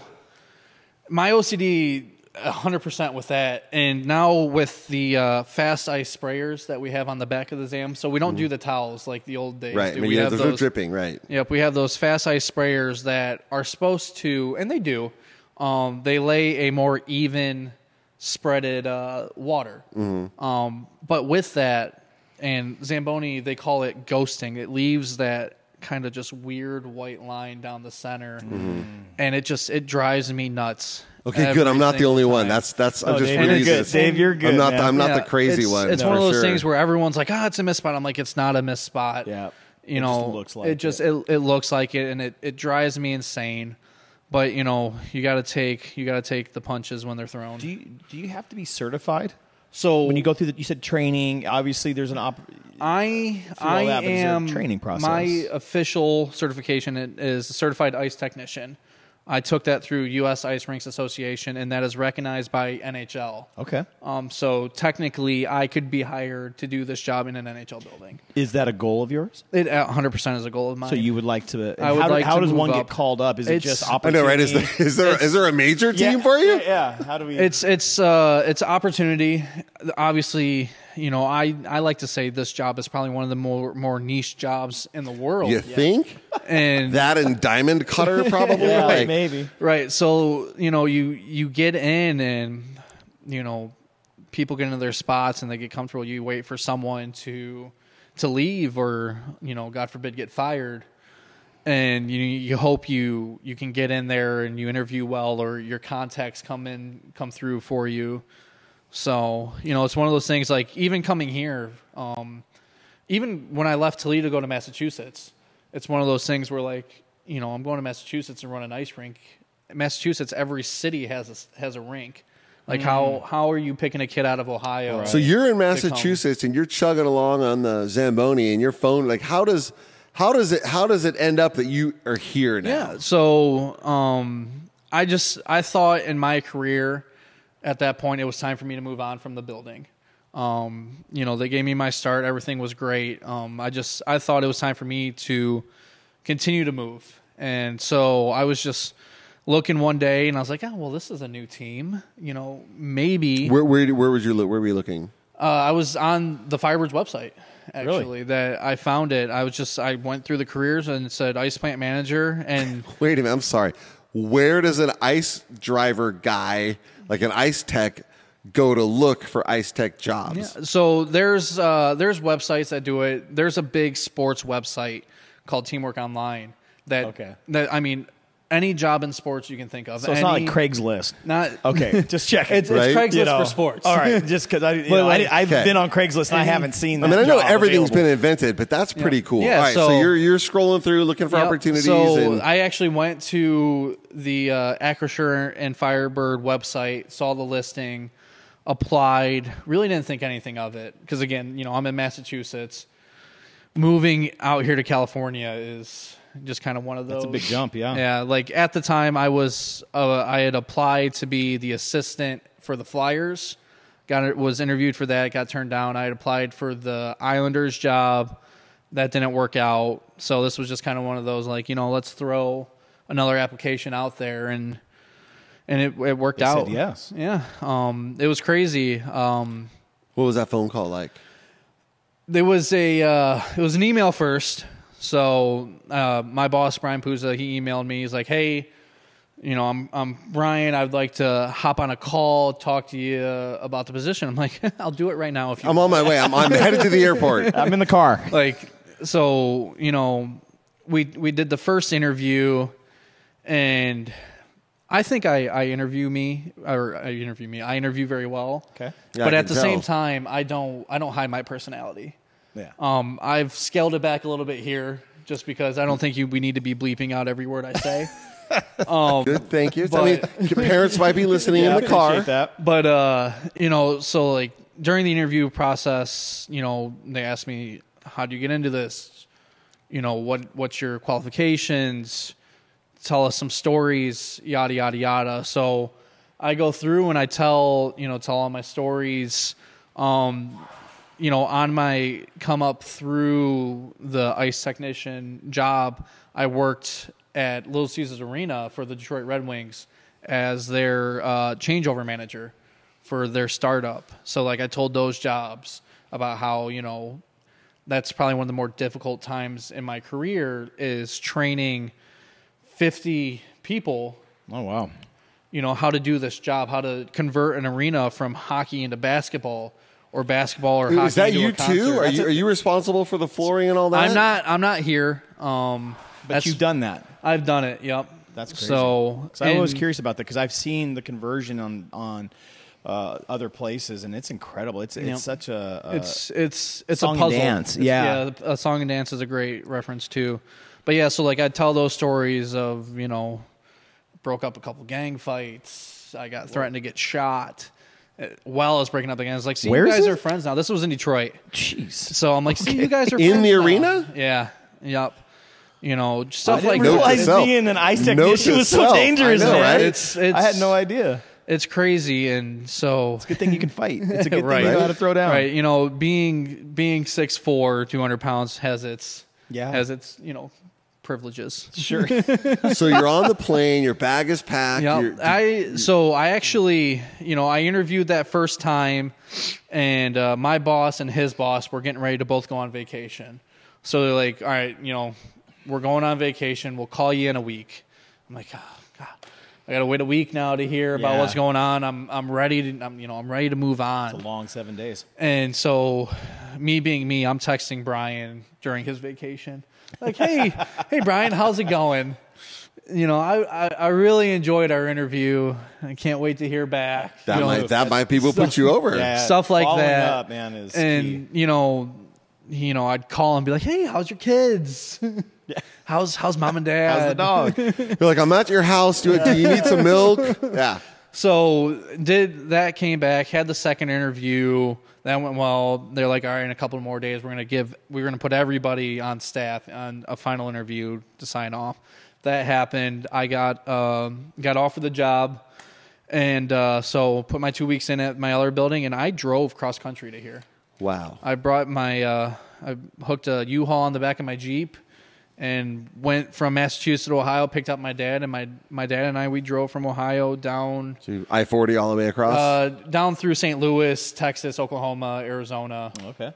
D: my OCD 100% with that and now with the uh, fast ice sprayers that we have on the back of the Zam so we don't do the towels like the old days.
A: Mm-hmm. Right, I
D: do.
A: mean,
D: we
A: yeah,
D: have
A: there's no
D: those
A: dripping. Right,
D: Yep, we have those fast ice sprayers that are supposed to and they do um, they lay a more even spreaded uh, water.
A: Mm-hmm.
D: Um, but with that and Zamboni they call it ghosting. It leaves that kind of just weird white line down the center and it just it drives me nuts.
A: Mm-hmm. Okay,
D: every
A: good. I'm not the
D: single
A: only one.
D: time.
A: That's that's. I'm just
C: Dave, you're
A: really
C: good.
A: this.
C: Dave, you're good,
A: I'm not.
C: man.
A: I'm not
D: Yeah,
A: the crazy
D: it's-
A: one.
D: It's
A: for
D: one of those
A: sure.
D: things where everyone's like, "Ah, it's a missed spot." I'm like, "It's not a missed spot."
C: Yeah.
D: you
C: It
D: know,
C: just looks like
D: it just it.
C: it.
D: It, looks like it, and it, it drives me insane. But you know, you got to take you got to take the punches when they're thrown.
C: Do you do you have to be certified
D: so
C: when you go through the? You said training. Obviously, there's an op.
D: I
C: all
D: I
C: that, but is there a
D: am
C: training process?
D: My official certification is a certified ice technician. I took that through U.S. Ice Rinks Association, and that is recognized by NHL.
C: Okay.
D: Um, so technically, I could be hired to do this job in an NHL building.
C: Is that a goal of yours?
D: It uh, 100% is a goal of mine.
C: So you would like to? and
D: I would
C: how do-
D: like
C: how
D: to
C: does
D: move
C: one
D: up.
C: get called up? Is it
D: It's-
C: just
A: I
C: opportunity?
A: know, right? Is there is there, is there a major
C: Yeah,
A: team for you?
C: Yeah, yeah. How do we?
D: It's it's uh it's opportunity. Obviously, you know, I I like to say this job is probably one of the more more niche jobs in the world.
A: You think
D: And
A: that and diamond cutter probably?
C: yeah,
A: like,
C: maybe.
D: Right. So, you know, you you get in and you know, people get into their spots and they get comfortable. You wait for someone to to leave or, you know, God forbid get fired. And you you hope you you can get in there and you interview well or your contacts come in come through for you. So, you know, it's one of those things like even coming here, um, even when I left Toledo to go to Massachusetts, it's one of those things where like, you know, I'm going to Massachusetts and run an ice rink. Massachusetts, every city has a, s- has a rink. Like how how are you picking a kid out of Ohio?
A: So you're in Massachusetts and you're chugging along on the Zamboni and your phone. Like, how does how does it how does it end up that you are here now?
D: Yeah. So um, I just I thought in my career at that point it was time for me to move on from the building. Um, you know, they gave me my start. Everything was great. Um, I just I thought it was time for me to continue to move, and so I was just looking one day, and I was like, oh well, this is a new team. You know, maybe
A: Where where where was you look? Where were you looking?
D: uh, I was on the Firebirds website actually that I found it. I was just I went through the careers and it said ice plant manager and.
A: Wait a minute. I'm sorry. Where does an ice driver guy, like an ice tech, go to look for ice tech jobs?
D: So there's uh, there's websites that do it. There's a big sports website called Teamwork Online that
C: Okay.
D: that I mean any job in sports you can think of.
C: So it's not like Craigslist.
D: Not
C: okay. Just check.
D: It's,
C: You
A: Right?
D: it's Craigslist
C: know.
D: for sports.
C: All right, just because I, you know,
D: like,
C: I, I've
A: okay.
C: been on Craigslist and I haven't seen.
A: I
C: That
A: mean, I know
C: job
A: everything's
C: available.
A: been invented, but that's pretty cool.
D: Yeah,
A: All right, so,
D: so-
A: you're you're scrolling through looking for
D: Yep.
A: opportunities.
D: So
A: and,
D: I actually went to the uh, Acrisure and Firebird website, saw the listing, applied. Really didn't think anything of it because again, you know, I'm in Massachusetts. Moving out here to California is just kind of one of those.
C: a big jump, yeah.
D: Yeah, like at the time, I was uh, I had applied to be the assistant for the Flyers. Got was interviewed for that, got turned down. I had applied for the Islanders job, that didn't work out. So this was just kind of one of those like you know let's throw another application out there and and it it worked
C: said
D: out.
C: yes.
D: yeah. Um, it was crazy. Um,
A: what was that phone call like?
D: there was a uh, it was an email first. So uh, my boss Brian Puza he emailed me. He's like, hey, you know, I'm I'm Brian. I'd like to hop on a call, talk to you about the position. I'm like, I'll do it right now if you.
A: I'm on my way. I'm, I'm headed to the airport.
C: I'm in the car.
D: like so you know we we did the first interview and i think i i interview me or i interview me i interview very well
C: Okay.
A: Yeah, I
D: but
A: can
D: at the same
A: tell.
D: time i don't i don't hide my personality
C: Yeah.
D: um i've scaled it back a little bit here just because i don't think you we need to be bleeping out every word i say
A: Good, thank you. I mean,
D: But-
A: your parents might be listening
C: I
A: in the car.
C: appreciate that.
D: but uh you know so like during the interview process you know they asked me how do you get into this you know what what's your qualifications tell us some stories yada yada yada so i go through and i tell you know tell all my stories um you know on my come up through the ice technician job i worked at little caesars arena for the detroit red wings as their uh, changeover manager for their startup so like i told those jobs about how you know that's probably one of the more difficult times in my career is training 50 people
C: Oh wow.
D: you know how to do this job how to convert an arena from hockey into basketball or basketball or hockey
A: Is that
D: into
A: you
D: a concert.
A: too? Are
D: That's
A: you,
D: it.
A: are you responsible for the flooring and all that?
D: i'm not i'm not here um
C: But you've done that.
D: i've done it yep
C: That's crazy.
D: so
C: 'Cause I'm always
D: and-
C: curious about that because I've seen the conversion on on uh, other places and it's incredible. It's it's
D: Yep.
C: such a, a
D: it's it's it's
C: uh, song
D: a
C: and
D: puzzle.
C: dance,
D: It's-
C: yeah.
D: yeah. A song and dance is a great reference too. But yeah, so like I tell those stories of you know, broke up a couple gang fights. I got threatened to get shot uh, while I was breaking up the gang. I was like, see,
C: Where
D: you
C: is
D: guys
C: it?
D: are friends now. This was in Detroit,
C: jeez.
D: so I'm like, see, you guys are
A: In
D: friends
A: the
D: now.
A: arena?
D: Yeah. Yep. You know,
C: I
D: stuff
C: didn't
D: like
A: Note to
C: realize
A: self.
C: being an ice
A: Note
C: technician
A: to
C: was so
A: self. I
C: dangerous,
A: know,
C: man.
A: right?
D: It's, it's
C: I had no idea.
D: It's crazy, and so
C: Good thing you can fight. It's a good
D: Right.
C: thing you know how to throw down.
D: Right. You know, being being six four, two hundred pounds has its
C: Yeah.
D: has its you know privileges.
C: Sure.
A: So you're on the plane. Your bag is packed.
D: Yeah.
A: you're-
D: I so I actually you know I interviewed that first time, and uh, my boss and his boss were getting ready to both go on vacation. So they're like, all right, you know, we're going on vacation. We'll call you in a week. I'm like, oh, God. I gotta wait a week now to hear about
C: Yeah.
D: what's going on. I'm I'm ready to I'm you know I'm ready to move on.
C: a long seven days.
D: And so, me being me, I'm texting Brian during his vacation, like, "Hey, hey, Brian, how's it going? You know, I, I I really enjoyed our interview. I can't wait to hear back.
A: that
D: You know,
A: might that might be what put you over.
C: Yeah.
D: stuff like
C: Following
D: that.
C: up, man, is
D: and you know, you know, I'd call and be like, "Hey, how's your kids? how's how's mom and dad?
C: How's the dog?
A: You're like, I'm at your house. Do, it, do you need some milk? Yeah.
D: So did that came back, had the second interview. That went well. They're like, all right, in a couple more days, we're gonna give, we're gonna put everybody on staff on a final interview to sign off. That happened. I got um, got offered the job, and uh, so put my two weeks in at my other building, and I drove cross country to here.
A: Wow.
D: I brought my uh, I hooked a U-Haul on the back of my Jeep and went from Massachusetts to Ohio. Picked up my dad and my my dad and I. We drove from Ohio down
A: I forty all the way across.
D: uh, down through St. Louis, Texas, Oklahoma, Arizona.
A: Uh,
C: okay.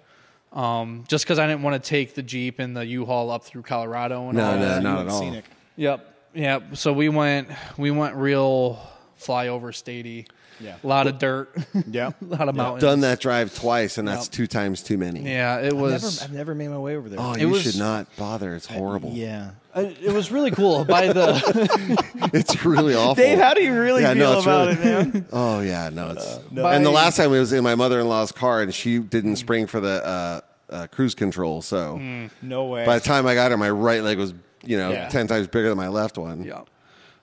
D: Um, just because I didn't want to take the Jeep and the U-Haul up through Colorado. And all
A: no,
D: that.
A: no, not
C: Good
A: at all.
C: Scenic.
D: Yep. Yep. So we went we went real flyover statey.
C: Yeah.
D: a lot of dirt,
C: Yeah.
D: a lot of mountains.
A: Done that drive twice, and that's two times too many.
D: Yeah, it
C: Never,
D: was.
C: I've never made my way over there.
A: Oh,
D: It
A: you
D: was-
A: should not bother. It's horrible.
C: yeah.
D: I- it was really cool. By the
A: It's really awful.
C: Dave, how do you really
A: Yeah, no,
C: feel
A: it's
C: about
A: really-
C: it, man? Uh,
A: Oh yeah, no, it's.
C: no.
A: And the
C: I-
A: last time it was in my mother-in-law's car, and she
C: Mm.
A: didn't spring for the uh, uh, cruise control. So
C: No way.
A: by the time I got her, my right leg was you know
C: Mm. Yeah.
A: ten times bigger than my left one.
D: yeah,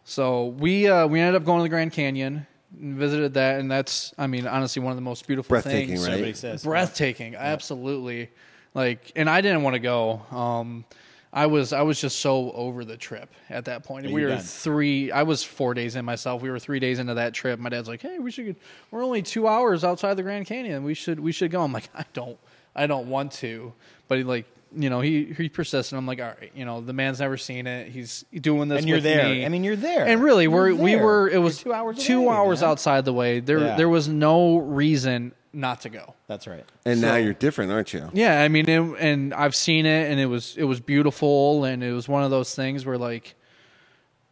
D: so we uh, we ended up going to the Grand Canyon, and visited that, and that's I mean honestly one of the most beautiful
A: Breathtaking,
D: things.
A: right?
C: Everybody says.
D: breathtaking absolutely like and i didn't want to go um i was i was just so over the trip at that point we
C: you
D: were
C: done?
D: three i was four days in myself we were three days into that trip my dad's like hey we should we're only two hours outside the grand canyon we should we should go i'm like i don't i don't want to but he like you know he he persisted i'm like all right you know the man's never seen it he's doing this
C: And you're
D: with
C: there.
D: me.
C: I mean, you're there.
D: and really
C: You're
D: we're we
C: there.
D: were it
C: You're
D: was
C: two hours
D: two
C: away,
D: hours
C: man.
D: outside the way there
C: Yeah.
D: there was no reason not to go
C: That's right.
A: And now you're different, aren't you?
D: yeah, I mean, it, and I've seen it, and it was it was beautiful, and it was one of those things where like,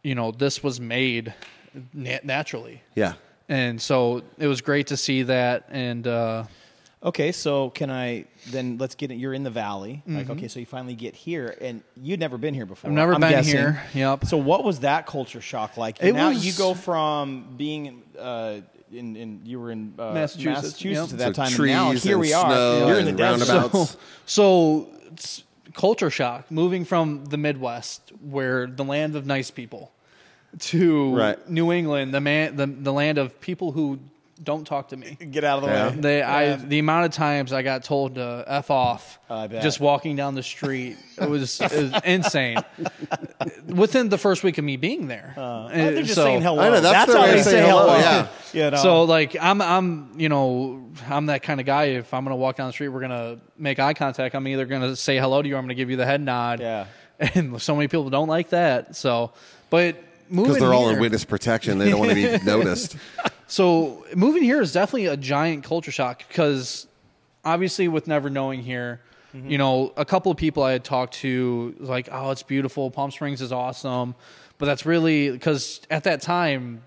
D: you know, this was made nat- naturally,
A: Yeah.
D: and so it was great to see that, and uh,
C: Okay, so can I then let's get it? You're in the valley. Like, okay, so you finally get here, and you'd never been here before.
D: I've never
C: I'm
D: been
C: guessing.
D: here. Yep.
C: So what was that culture shock like?
D: It
C: now
D: was-
C: you go from being uh, in, in you were in uh,
D: Massachusetts, yep.
C: at that
A: So
C: time, and
A: trees
C: now
A: and
C: here we are.
A: snow
C: you're in the
A: and
C: desert.
A: roundabouts.
D: so it's culture shock moving from the Midwest, where the land of nice people, to
A: Right.
D: New England, the man, the, the land of people who don't talk to me.
C: Get out of the
A: Yeah.
C: way.
D: They, I, the amount of times I got told to f off,
C: Oh, I bet.
D: just walking down the street, it was, it was insane. Within the first week of me being there,
C: Oh,
D: And
C: they're just
D: so,
C: saying hello.
A: I know, that's their
C: how
A: way
C: they
A: of
C: say
A: saying
C: hello.
A: hello, yeah.
C: You know?
D: So like I'm I'm you know I'm that kind of guy. If I'm gonna walk down the street, we're gonna make eye contact. I'm either gonna say hello to you, or I'm gonna give you the head nod.
C: Yeah.
D: And so many people don't like that. So, but moving
A: Because they're all in
D: here-
A: witness protection. They don't want to be noticed.
D: So moving here is definitely a giant culture shock because obviously with never knowing here, you know, a couple of people I had talked to was like, oh, it's beautiful. Palm Springs is awesome, but that's really because at that time,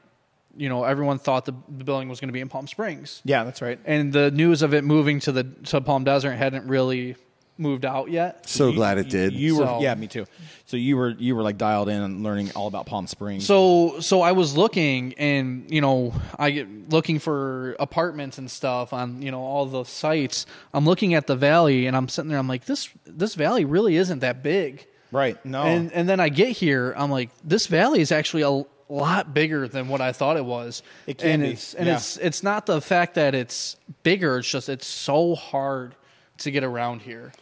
D: you know, everyone thought the, the building was going to be in Palm Springs,
C: yeah, that's right.
D: and the news of it moving to the to Palm Desert hadn't really moved out yet.
A: So glad it
C: You-
A: did.
C: You were
D: So-
C: yeah, me too. So you were you were like dialed in and learning all about Palm Springs.
D: So so I was looking and you know I get looking for apartments and stuff on you know all the sites. I'm looking at the valley and I'm sitting there. I'm like this this valley really isn't that big.
C: right? No,
D: And and then I get here. I'm like this valley is actually a lot bigger than what I thought it was.
C: It can
D: and
C: be,
D: It's, and
C: yeah.
D: it's it's not the fact that it's bigger. It's just it's so hard to get around here.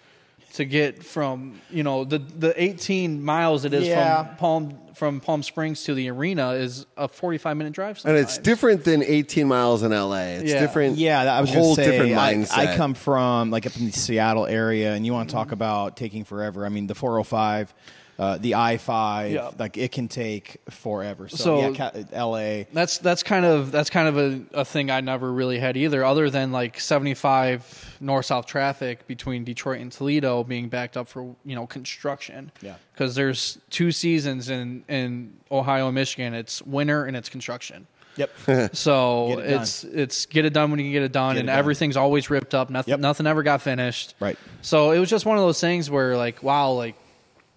D: To get from you know the the 18 miles it is
C: Yeah.
D: from Palm from Palm Springs to the arena is a 45 minute drive.
A: and
D: Sometimes.
A: it's different than 18 miles in LA. It's
D: Yeah.
A: different.
C: Yeah, that- I was
A: whole
C: gonna say,
A: different
C: I-
A: mindset.
C: I, come from like up in the Seattle area, and you want to talk about taking forever. I mean, the 405, uh, the I five,
D: Yeah.
C: like it can take forever. So,
D: So-
C: yeah, Ca- uh, L.A.
D: That's that's kind of that's kind of a, a thing I never really had either, other than like seventy five north south traffic between Detroit and Toledo being backed up for you know construction.
C: Yeah.
D: because there's two seasons in in Ohio and Michigan. It's winter and it's construction.
C: Yep. Get
D: So
C: it done.
D: it's it's get it done when you can get it done,
C: Get it
D: and
C: done.
D: everything's always ripped up. Nothing
C: Yep.
D: nothing ever got finished.
C: Right.
D: So it was just one of those things where like wow, like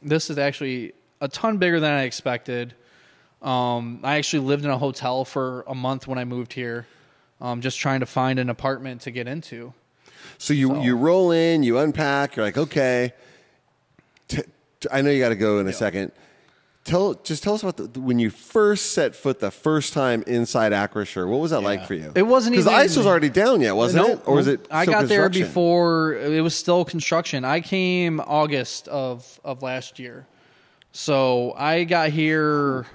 D: this is actually a ton bigger than I expected. Um, I actually lived in a hotel for a month when I moved here, um, just trying to find an apartment to get into.
A: So you you roll in, you unpack. You're like, okay. T- t- I know you got to go in a second. Tell just tell us about the, when you first set foot the first time inside Acrisure. What was that like for you?
D: It wasn't
A: because the
D: even-
A: ice was already down yet, wasn't
D: No,
A: it? Or was it?
D: I
A: still
D: got there
A: construction?
D: before it was still construction. I came August of of last year, so I got here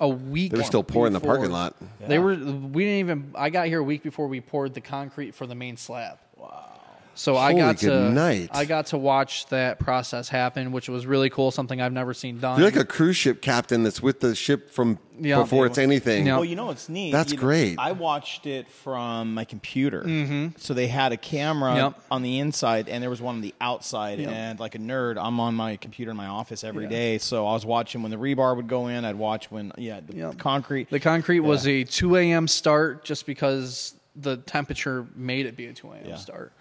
D: a week.
A: They were still pouring the parking lot.
D: They were. We didn't even. I got here a week before we poured the concrete for the main slab. Wow. So I
A: Holy
D: got
A: good
D: to
A: night.
D: I got to watch that process happen, which was really cool. Something I've never seen done.
A: You're like a cruise ship captain that's with the ship from
D: Yeah.
A: before it's anything.
D: Yeah.
C: Well, you know it's neat.
A: That's
C: You know,
A: great.
C: I watched it from my computer, so they had a camera
D: Mm-hmm. Yep.
C: on the inside and there was one on the outside. And like a nerd, I'm on my computer in my office every day, so I was watching when the rebar would go in. I'd watch when yeah, the,
D: Yep.
C: the concrete.
D: The concrete was a 2 a.m. start just because the temperature made it be a 2 a.m.
C: Yeah.
D: start.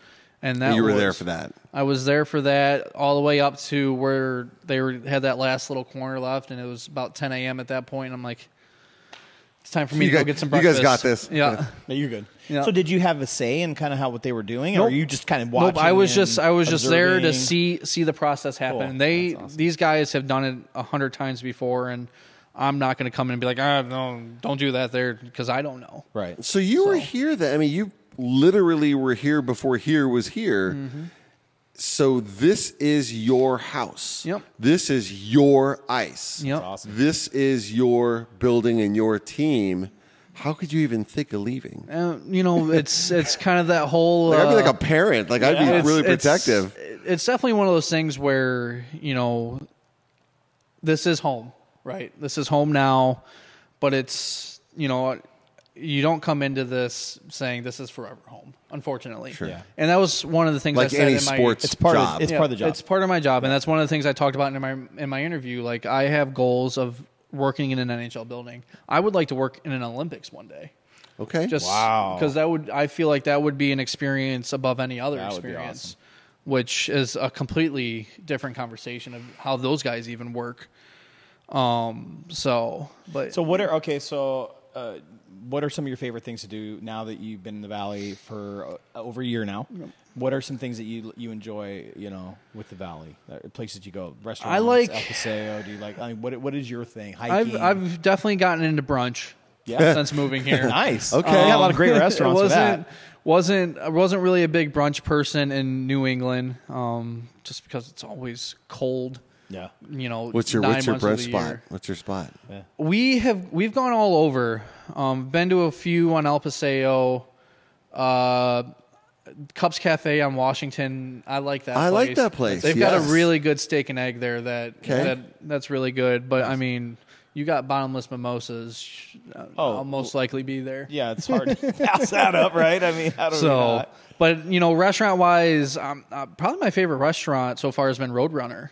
D: And that
A: You were
D: was-
A: there for that.
D: I was there for that all the way up to where they were, had that last little corner left, and it was about 10 a.m. at that point. And I'm like, it's time for me
A: You
D: to
A: got-
D: go get some
A: you guys
D: breakfast.
A: got this.
D: Yeah.
C: no, you're good.
D: Yeah.
C: So did you have a say in kind of how what they were doing, or
D: Nope.
C: were you just kind of watching?
D: Nope, I was just
C: and
D: I was just there to
C: observing?
D: see see the process happen.
C: Cool.
D: They
C: That's awesome.
D: these guys have done it a hundred times before, and I'm not going to come in and be like, ah, no, don't do that there because I don't know.
C: right.
A: So you were here then. I mean, you literally were here before here was here.
D: Mm-hmm.
A: So this is your house.
D: Yep.
A: This is your ice.
D: Yep.
C: awesome.
A: This is your building and your team. How could you even think of leaving?
D: Uh, you know, it's it's kind of that whole.
A: Like, I'd be
D: uh,
A: like a parent. Like I'd be
D: it's-
A: really
D: it's-
A: protective.
D: It's, definitely one of those things where you know, this is home, right? This is home now, but it's you know, you don't come into this saying this is forever home. Unfortunately,
A: Sure. Yeah.
D: And that was one of the things I
A: Like
D: said
A: any
D: in my,
A: sports
C: It's part of-
A: job.
C: it's- part of the job.
D: It's part of my job, and that's one of the things I talked about in my in my interview. Like I have goals of working in an NHL building. I would like to work in an Olympics one day.
A: okay.
D: Just
C: Wow.
D: because that would I feel like that would be an experience above any other
C: That would be
D: experience, which is a completely different conversation of how those guys even work. Um. So, but
C: So what are okay? So uh, what are some of your favorite things to do now that you've been in the valley for uh, over a year now? What are some things that you you enjoy? You know, with the valley, uh, places you go, restaurants.
D: I like-
C: El Paseo. Do you like? I mean, what what is your thing?
D: I've
C: Hiking.
D: I've definitely gotten into brunch.
C: Yeah.
D: Since moving here,
C: nice.
A: Okay.
C: you got a lot
D: Um,
C: of great restaurants.
D: it
C: for that.
D: wasn't wasn't I wasn't really a big brunch person in New England, um, just because it's always cold.
C: Yeah.
D: You know,
A: What's your
D: nine
A: what's your
D: months of
A: brunch
D: the
A: spot?
D: year.
A: What's your spot?
D: We have we've gone all over. Um, been to a few on El Paseo, uh, Cups Cafe on Washington. I like that.
A: I
D: place.
A: like that place,
D: They've got
A: yes.
D: a really good steak and egg there. That,
A: 'Kay.
D: that that's really good. But I mean, you got bottomless mimosas. Oh, I'll most likely be there.
C: Yeah, it's hard to pass that up, right? I mean, how do we
D: So,
C: not?
D: but you know, restaurant wise, um, uh, probably my favorite restaurant so far has been Roadrunner.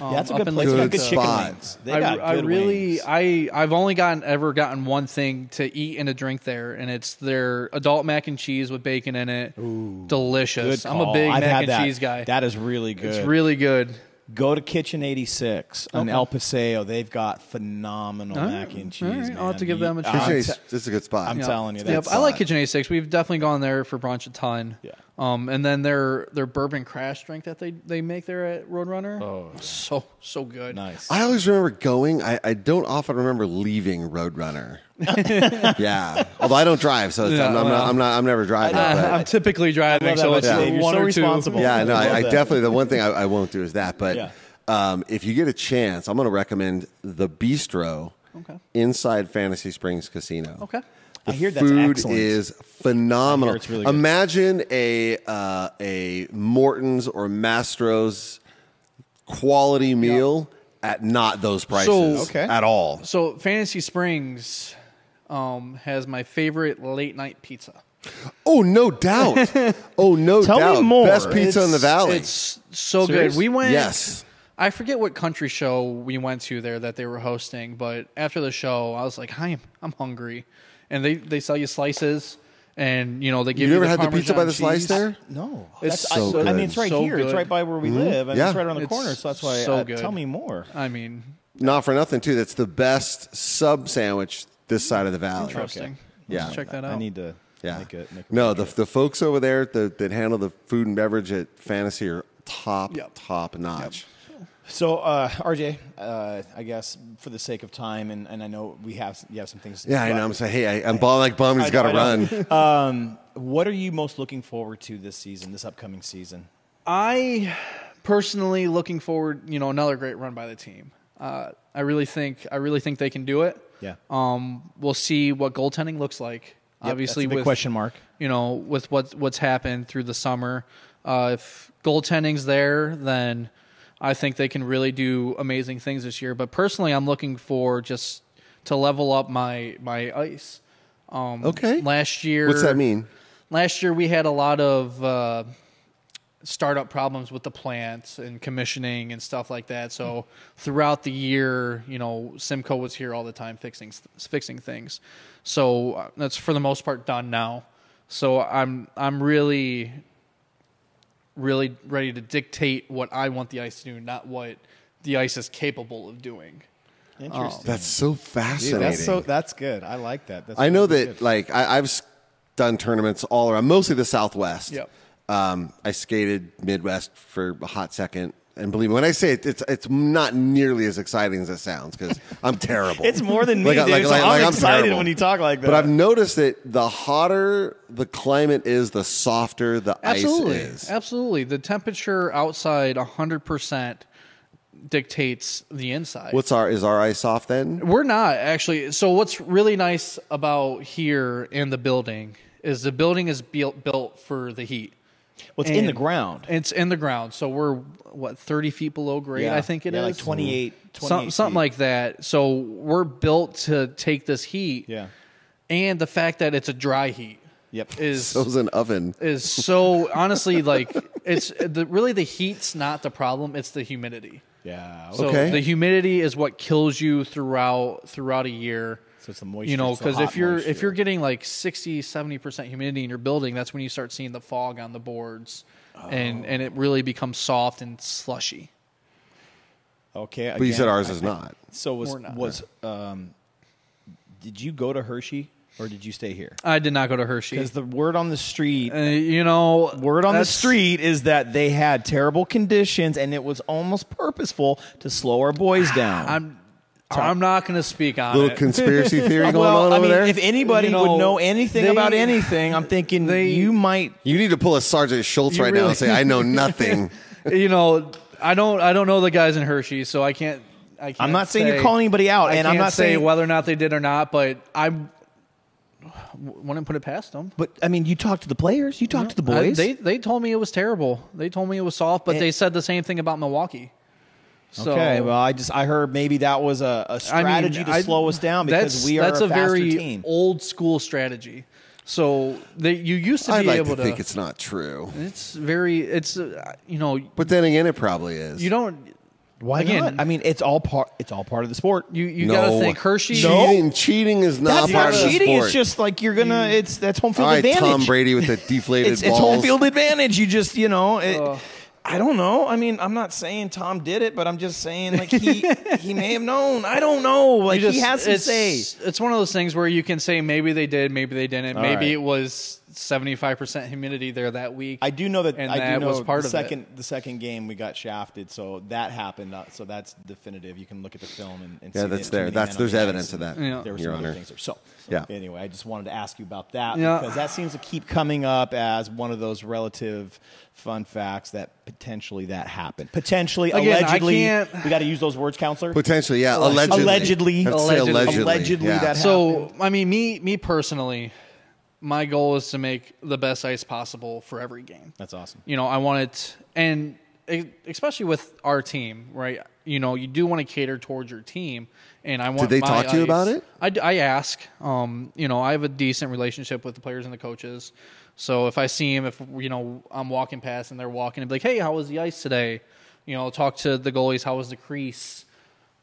D: Um,
C: That's a
D: up
C: good
D: in
C: place. They got
D: Lake-
C: good
A: Good
C: chicken
A: spot.
C: wings. They
D: I,
C: got
D: I
C: good
D: really,
C: wings.
D: I, I've only gotten ever gotten one thing to eat and a drink there, and it's their adult mac and cheese with bacon in it. Delicious.
C: Good
D: I'm a
C: call.
D: big
C: I've
D: mac
C: had
D: and
C: that.
D: cheese guy.
C: That is really good.
D: it's really good.
C: Go to Kitchen 86 on
D: Okay.
C: El Paseo. They've got phenomenal
D: right,
C: mac and cheese.
D: all right, I'll have
C: man.
D: to give them a
C: You-
D: try.
C: I'm
A: Kitchen
C: te-
A: is- this is a good spot.
C: I'm
D: Yeah.
C: telling you,
D: Yep.
C: that's
D: I like
A: fine.
D: Kitchen A Six. We've definitely gone there for brunch a ton.
C: Yeah.
D: Um, and then their their bourbon crash drink that they they make there at Roadrunner. Oh, so so good.
C: nice.
A: I always remember going. I, I don't often remember leaving Roadrunner. yeah, although I don't drive, so it's, I'm,
D: Yeah,
A: I'm,
D: well.
A: not, I'm not. I'm never driving.
D: I,
A: but-
D: am typically driving,
C: that
D: so
C: about
D: it's
C: you.
D: uh,
C: You're
D: one
C: so
D: or two.
C: responsible.
A: yeah, no,
C: I
A: I,
C: love
A: I
C: that.
A: definitely. The one thing I, I won't do is that. But
C: Yeah.
A: um, if you get a chance, I'm going to recommend the Bistro
D: Okay.
A: inside Fantasy Springs Casino.
D: Okay.
A: The
C: I hear that's
A: food
C: excellent.
A: is phenomenal.
C: I hear it's really good.
A: Imagine a uh, a Morton's or Mastro's quality meal at not those prices
C: Okay.
A: at all.
D: So Fantasy Springs um, has my favorite late night pizza.
A: Oh no doubt. oh no
C: Tell me
A: doubt.
C: more.
A: Best pizza in the
D: It's-
A: valley.
D: It's so
C: Serious?
D: good. We went.
A: Yes.
D: I forget what country show we went to there that they were hosting, but after the show, I was like, "I'm I'm hungry," and they they sell you slices, and you know they
A: you
D: give you.
A: never
D: the
A: had the
D: Parmesan
A: pizza by the slice
D: cheese.
A: there?
C: no,
D: It's
C: That's- I,
A: so
C: I mean,
A: good.
C: it's right
D: So
C: here. It's
D: good.
C: right by where we live. I mean,
A: Mm-hmm. Yeah.
C: it's right around the
D: It's
C: corner. So that's why.
D: so
C: uh,
D: good.
C: Tell me more.
D: I mean,
A: Not for nothing too. That's the best sub sandwich this side of the valley.
D: interesting.
A: Yeah.
D: Let's check that out.
C: I need to
A: Yeah.
C: make it. Make a
A: no,
C: picture.
A: the, the folks over there that, that handle the food and beverage at Fantasy are top
D: Yep.
A: top notch.
C: So, uh, RJ, uh, I guess for the sake of time, and, and I know we have you have some things. To
A: Yeah, I know. I'm saying, hey, I, I'm ball like bum. He's
C: I
A: got to
C: know, I know.
A: run.
C: What are you most looking forward to this season, this upcoming season?
D: I personally looking forward, you know, another great run by the team. Uh, I really think I really think they can do it.
C: Yeah.
D: Um, we'll see what goaltending looks like.
C: Yep,
D: obviously,
C: that's a big
D: with
C: question mark.
D: you know, with what what's happened through the summer. Uh, if goaltending's there, then I think they can really do amazing things this year. But personally, I'm looking for just to level up my my ice. Um,
A: Okay.
D: Last year,
A: What's that mean?
D: Last year we had a lot of uh, startup problems with the plants and commissioning and stuff like that. So throughout the year, you know, Simco was here all the time fixing fixing things. So uh, that's for the most part done now. So I'm I'm really really ready to dictate what I want the ice to do, not what the ice is capable of doing.
C: Interesting.
D: oh.
A: That's so fascinating.
C: Dude, that's so that's good. I like that. That's
A: I know
C: really
A: that
C: good.
A: like I, I've s- done tournaments all around, mostly the Southwest.
D: Yep.
A: Um, I skated Midwest for a hot second, and believe me when I say it, it's it's not nearly as exciting as it sounds because I'm terrible.
C: It's more than me, dude, so I'm excited when you talk like
A: But
C: that.
A: I've noticed that the hotter the climate is, the softer the
D: Absolutely.
A: ice is.
D: Absolutely. The temperature outside 100% dictates the inside.
A: What's our is our ice soft then?
D: We're not actually. So what's really nice about here in the building is the building is built built for the heat.
C: what's in
D: And
C: the ground.
D: It's in the ground. So we're what 30 feet below grade, I think it is.
C: yeah, like 28, 28
D: Some, something
C: feet.
D: like that. So we're built to take this heat.
C: yeah.
D: And the fact that it's a dry heat
C: Yep.
D: is
A: It was an oven.
D: is so honestly like it's the really the heat's not the problem, it's the humidity.
C: yeah.
D: So
C: So,
A: Okay.
D: the humidity is what kills you throughout throughout a year.
C: So it's the moisture,
D: You know,
C: it's the
D: because
C: hot
D: if you're if
C: moisture.
D: you're getting like 60, 70 percent humidity in your building, that's when you start seeing the fog on the boards, and
C: Oh.
D: and it really becomes soft and slushy.
C: okay.
A: But you
C: again,
A: said ours
C: I-
A: is not.
C: So was
D: We're not.
C: was um, did you go to Hershey or did you stay here?
D: I did not go to Hershey.
C: Because the word on the street,
D: Uh, you know,
C: word on the
D: that's-
C: street is that they had terrible conditions, and it was almost purposeful to slow our boys down.
D: I'm I'm not going to speak on
A: Little
D: it.
A: conspiracy theory going
C: Uh,
A: on
C: well,
A: over
C: I mean,
A: there.
C: if anybody
D: You know,
C: would know anything
D: they-
C: about anything, I'm thinking
D: they-
C: you might.
A: you need to pull a Sergeant Schultz
D: You
A: right now and say,
D: really-
A: "I know nothing."
D: you know, I don't I don't know the guys in Hershey, so I can't. I can't
C: I'm not saying
D: say-
C: you're calling anybody out,
D: I
C: and I'm
D: can't
C: not
D: say
C: saying-
D: whether or not they did or not, but I wouldn't put it past them.
C: But I mean, you talk to the players, you talk to the
D: I-
C: boys.
D: they they told me it was terrible. They told me it was soft, but they said the same thing about Milwaukee. So,
C: okay, well, I just I heard maybe that was a, a
D: I mean,
C: strategy to
D: I-
C: slow us down because
D: that's,
C: we are
D: that's
C: a,
D: a,
C: faster
D: very
C: team.
D: old school strategy. So they, you used to
A: I'd
D: be
A: like
D: able
A: to think
D: to.
A: it's not true.
D: it's very it's uh, you know you
A: But then again, it probably is.
D: don't
C: Why
D: again,
C: not? I mean, it's all part. It's all part of the sport.
D: you you
A: No.
D: gotta think Hershey.
A: Cheating, cheating is not
C: that's
A: part
C: not
A: of the
C: cheating.
A: sport.
C: It's just like you're gonna. It's that's home
A: all
C: field
A: right,
C: advantage.
A: Tom Brady with the deflated
C: it's,
A: balls.
C: it's home field advantage. You just you know. It,
D: Ugh.
C: I don't know. I mean, I'm not saying Tom did it, but I'm just saying like he he may have known. I don't know. Like
D: You
C: he
D: just-
C: has to
D: it's,
C: say.
D: It's one of those things where you can say maybe they did, maybe they didn't.
C: All
D: maybe
C: right.
D: it was seventy five percent humidity there that week.
C: I do know that
D: and
C: I
D: that
C: do know
D: was part
C: the
D: of
C: second
D: It.
C: the second game we got shafted, so that happened. Uh, So that's definitive. You can look at the film and, and
A: Yeah,
C: see
A: that's
C: that
A: there.
C: too many
A: That's-
C: men on
A: there's
C: the ice
A: evidence
C: and
A: of that,
D: Yeah.
C: There were
A: Your
C: some
A: Honor.
C: other things there. So
A: Yeah.
C: Anyway, I just wanted to ask you about that
D: Yeah.
C: because that seems to keep coming up as one of those relative fun facts that potentially that happened. Potentially,
D: Again, I
C: allegedly,
D: can't-
C: we got to use those words, counselor.
A: Potentially, yeah. Allegedly.
C: Allegedly.
A: I have to say
D: Allegedly.
A: allegedly.
C: Allegedly
A: yeah.
C: that
D: So I mean, me me personally, my goal is to make the best ice possible for every game.
C: that's awesome.
D: You know, I want it, and e- especially with our team, right? You know, you do want to cater towards your team, and I want.
A: they
D: my
A: talk to you
D: ice-
A: about it?
D: I, d- I ask. Um, you know, I have a decent relationship with the players and the coaches, so if I see them, if you know, I'm walking past and they're walking, and be like, "Hey, how was the ice today?" You know, talk to the goalies. How was the crease?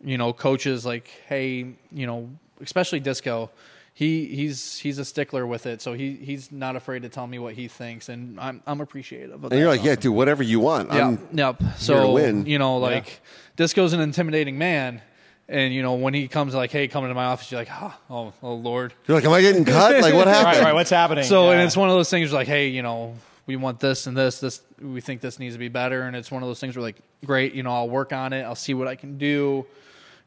D: you know, coaches like, hey, you know, especially Disco, he he's he's a stickler with it, so he he's not afraid to tell me what he thinks, and I'm I'm appreciative of that.
A: And you're like, yeah, do whatever you want.
D: yeah,
A: I'm,
D: yep.
A: here to
D: So
A: win.
D: you know, like Disco's an intimidating man, and you know when he comes, like, hey, come into my office, you're like, ah, oh, oh Lord.
A: you're like, am I getting cut? Like, what happened?
C: All right, what's happening?
D: So and
C: Yeah.
D: it's one of those things like, hey, you know, we want this and this, this we think this needs to be better, and it's one of those things where like, great, you know, I'll work on it, I'll see what I can do.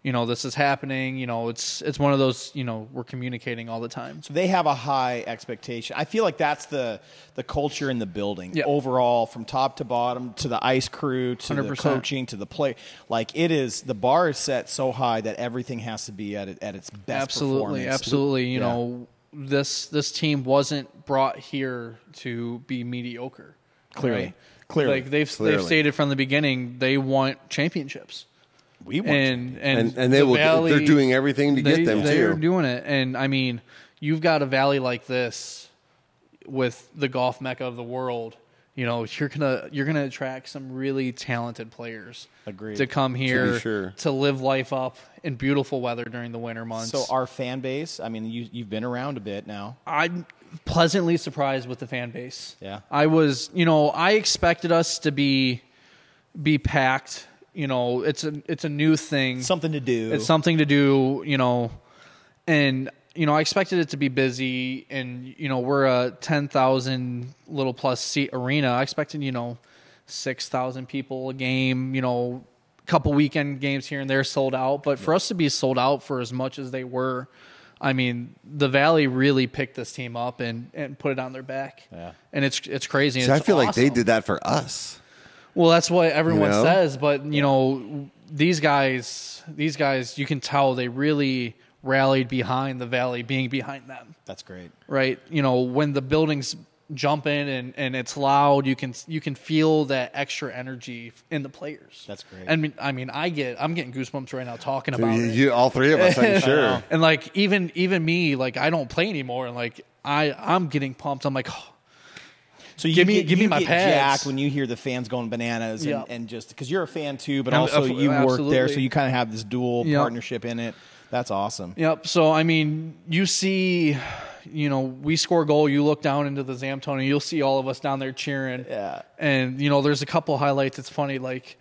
D: You know, this is happening. You know, it's it's one of those. You know, we're communicating all the time.
C: So they have a high expectation. I feel like that's the the culture in the building
D: Yeah.
C: overall, from top to bottom, to the ice crew, to the
D: 100%.
C: coaching, to the play. Like it is, the bar is set so high that everything has to be at it, at its best.
D: absolutely,
C: performance.
D: absolutely. You
C: Yeah.
D: know, this this team wasn't brought here to be mediocre.
C: Clearly. Clearly.
D: like they've
A: Clearly.
D: they've stated from the beginning they want championships,
C: we want
D: and and
A: And, and they
D: the
A: will.
D: Valley,
A: they're doing everything to
D: they,
A: get them
D: They're
A: too.
D: doing it, and I mean, you've got a valley like this with the golf mecca of the world. You know, you're gonna you're gonna attract some really talented players
C: Agreed.
D: to come here
A: sure.
D: to live life up in beautiful weather during the winter months.
C: So our fan base, I mean, you, you've been around a bit now.
D: I'm pleasantly surprised with the fan base.
C: Yeah.
D: I was, you know, I expected us to be be packed. You know, it's a it's a new thing.
C: Something to do.
D: It's something to do, you know, and you know I expected it to be busy, and you know we're a ten thousand little plus seat arena. I expected you know six thousand people a game, you know, couple weekend games here and there sold out. But for us to be sold out for as much as they were, I mean the Valley really picked this team up and and put it on their back.
C: Yeah.
D: and it's it's crazy.
A: See, I feel like they did that for us.
D: Well, that's what everyone
A: You know?
D: says, but you know, these guys, these guys, you can tell they really rallied behind the valley being behind them,
C: That's great.
D: right? You know, when the buildings jumping and and it's loud, you can you can feel that extra energy in the players.
C: That's great.
D: I mean, I mean, I get I'm getting goosebumps right now talking
A: You,
D: about it
A: you- all three of us, I'm sure.
D: and like even even me like i don't play anymore and like i i'm getting pumped i'm like oh,
C: So you
D: Give me-
C: get,
D: give me
C: you
D: my
C: get
D: pads.
C: jacked when you hear the fans going bananas and,
D: Yeah.
C: and just because you're a fan too, but
D: I'm-
C: also
D: absolutely-
C: you work there, so
D: uh, absolutely.
C: you kind of have this dual
D: Yeah.
C: partnership in it. That's awesome.
D: yep so i mean you see you know we score a goal you look down into the zamtone and you'll see all of us down there cheering
C: Yeah.
D: and you know there's a couple highlights it's funny like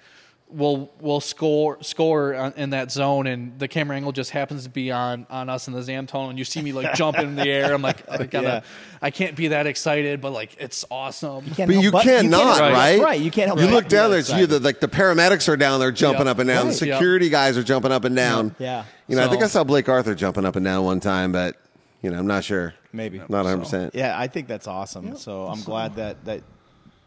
D: we'll we'll score score on, in that zone and the camera angle just happens to be on on us in the zamtone and you see me like jumping in the air i'm like i gotta
C: Yeah.
D: i can't be that excited but like it's awesome
C: Can't
A: But
C: help
A: you
C: but-
A: cannot,
C: help-
A: right?
C: Right. You can't help.
A: You
C: but
A: look
C: be
A: down there. It's you.
C: excited.
A: The, like the paramedics are down there jumping
D: Yeah.
A: up and down. The
D: Right. Yeah.
A: security guys are jumping up and down.
C: Yeah.
A: You know, I think
D: So-
A: I saw Blake Arthur jumping up and down one time, but you know, I'm not sure.
C: Maybe
A: not 100. percent
C: Yeah, I think that's awesome. so I'm glad that that.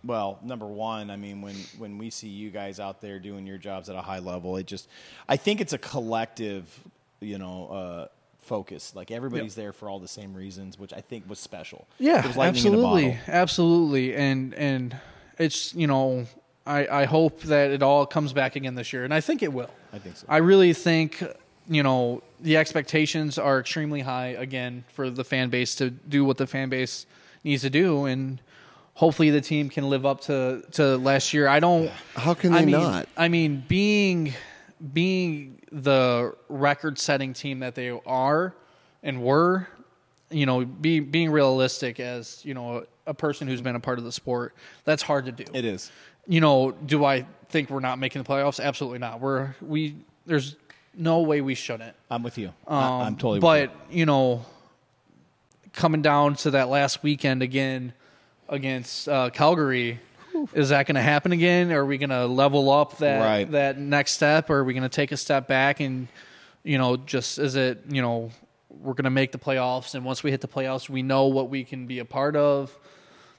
C: Well, number one, I mean, when when we see you guys out there doing your jobs at a high level, it just, I think it's a collective, you know, uh, focus. Like everybody's there for all the same reasons, which I think was special.
D: Yeah,
C: it was lightning
D: absolutely,
C: in a bottle.
D: absolutely, and and it's you know I I hope that it all comes back again this year, and I think it will.
C: I think so.
D: I really think you know the expectations are extremely high again for the fan base to do what the fan base needs to do, and hopefully the team can live up to to last year. I don't.
A: How can they
D: I mean,
A: not?
D: I mean, being being the record-setting team that they are and were, you know, be, being realistic as you know a person who's been a part of the sport, that's hard to do.
C: It is.
D: You know, do I think we're not making the playoffs? Absolutely not. We're we there's no way we shouldn't. Um,
C: I'm with you. I, I'm totally. with
D: But you know, coming down to that last weekend again against uh, Calgary, is that going to happen again? Are we going to level up that
C: Right.
D: that next step, or are we going to take a step back and you know just is it you know we're going to make the playoffs, and once we hit the playoffs, we know what we can be a part of.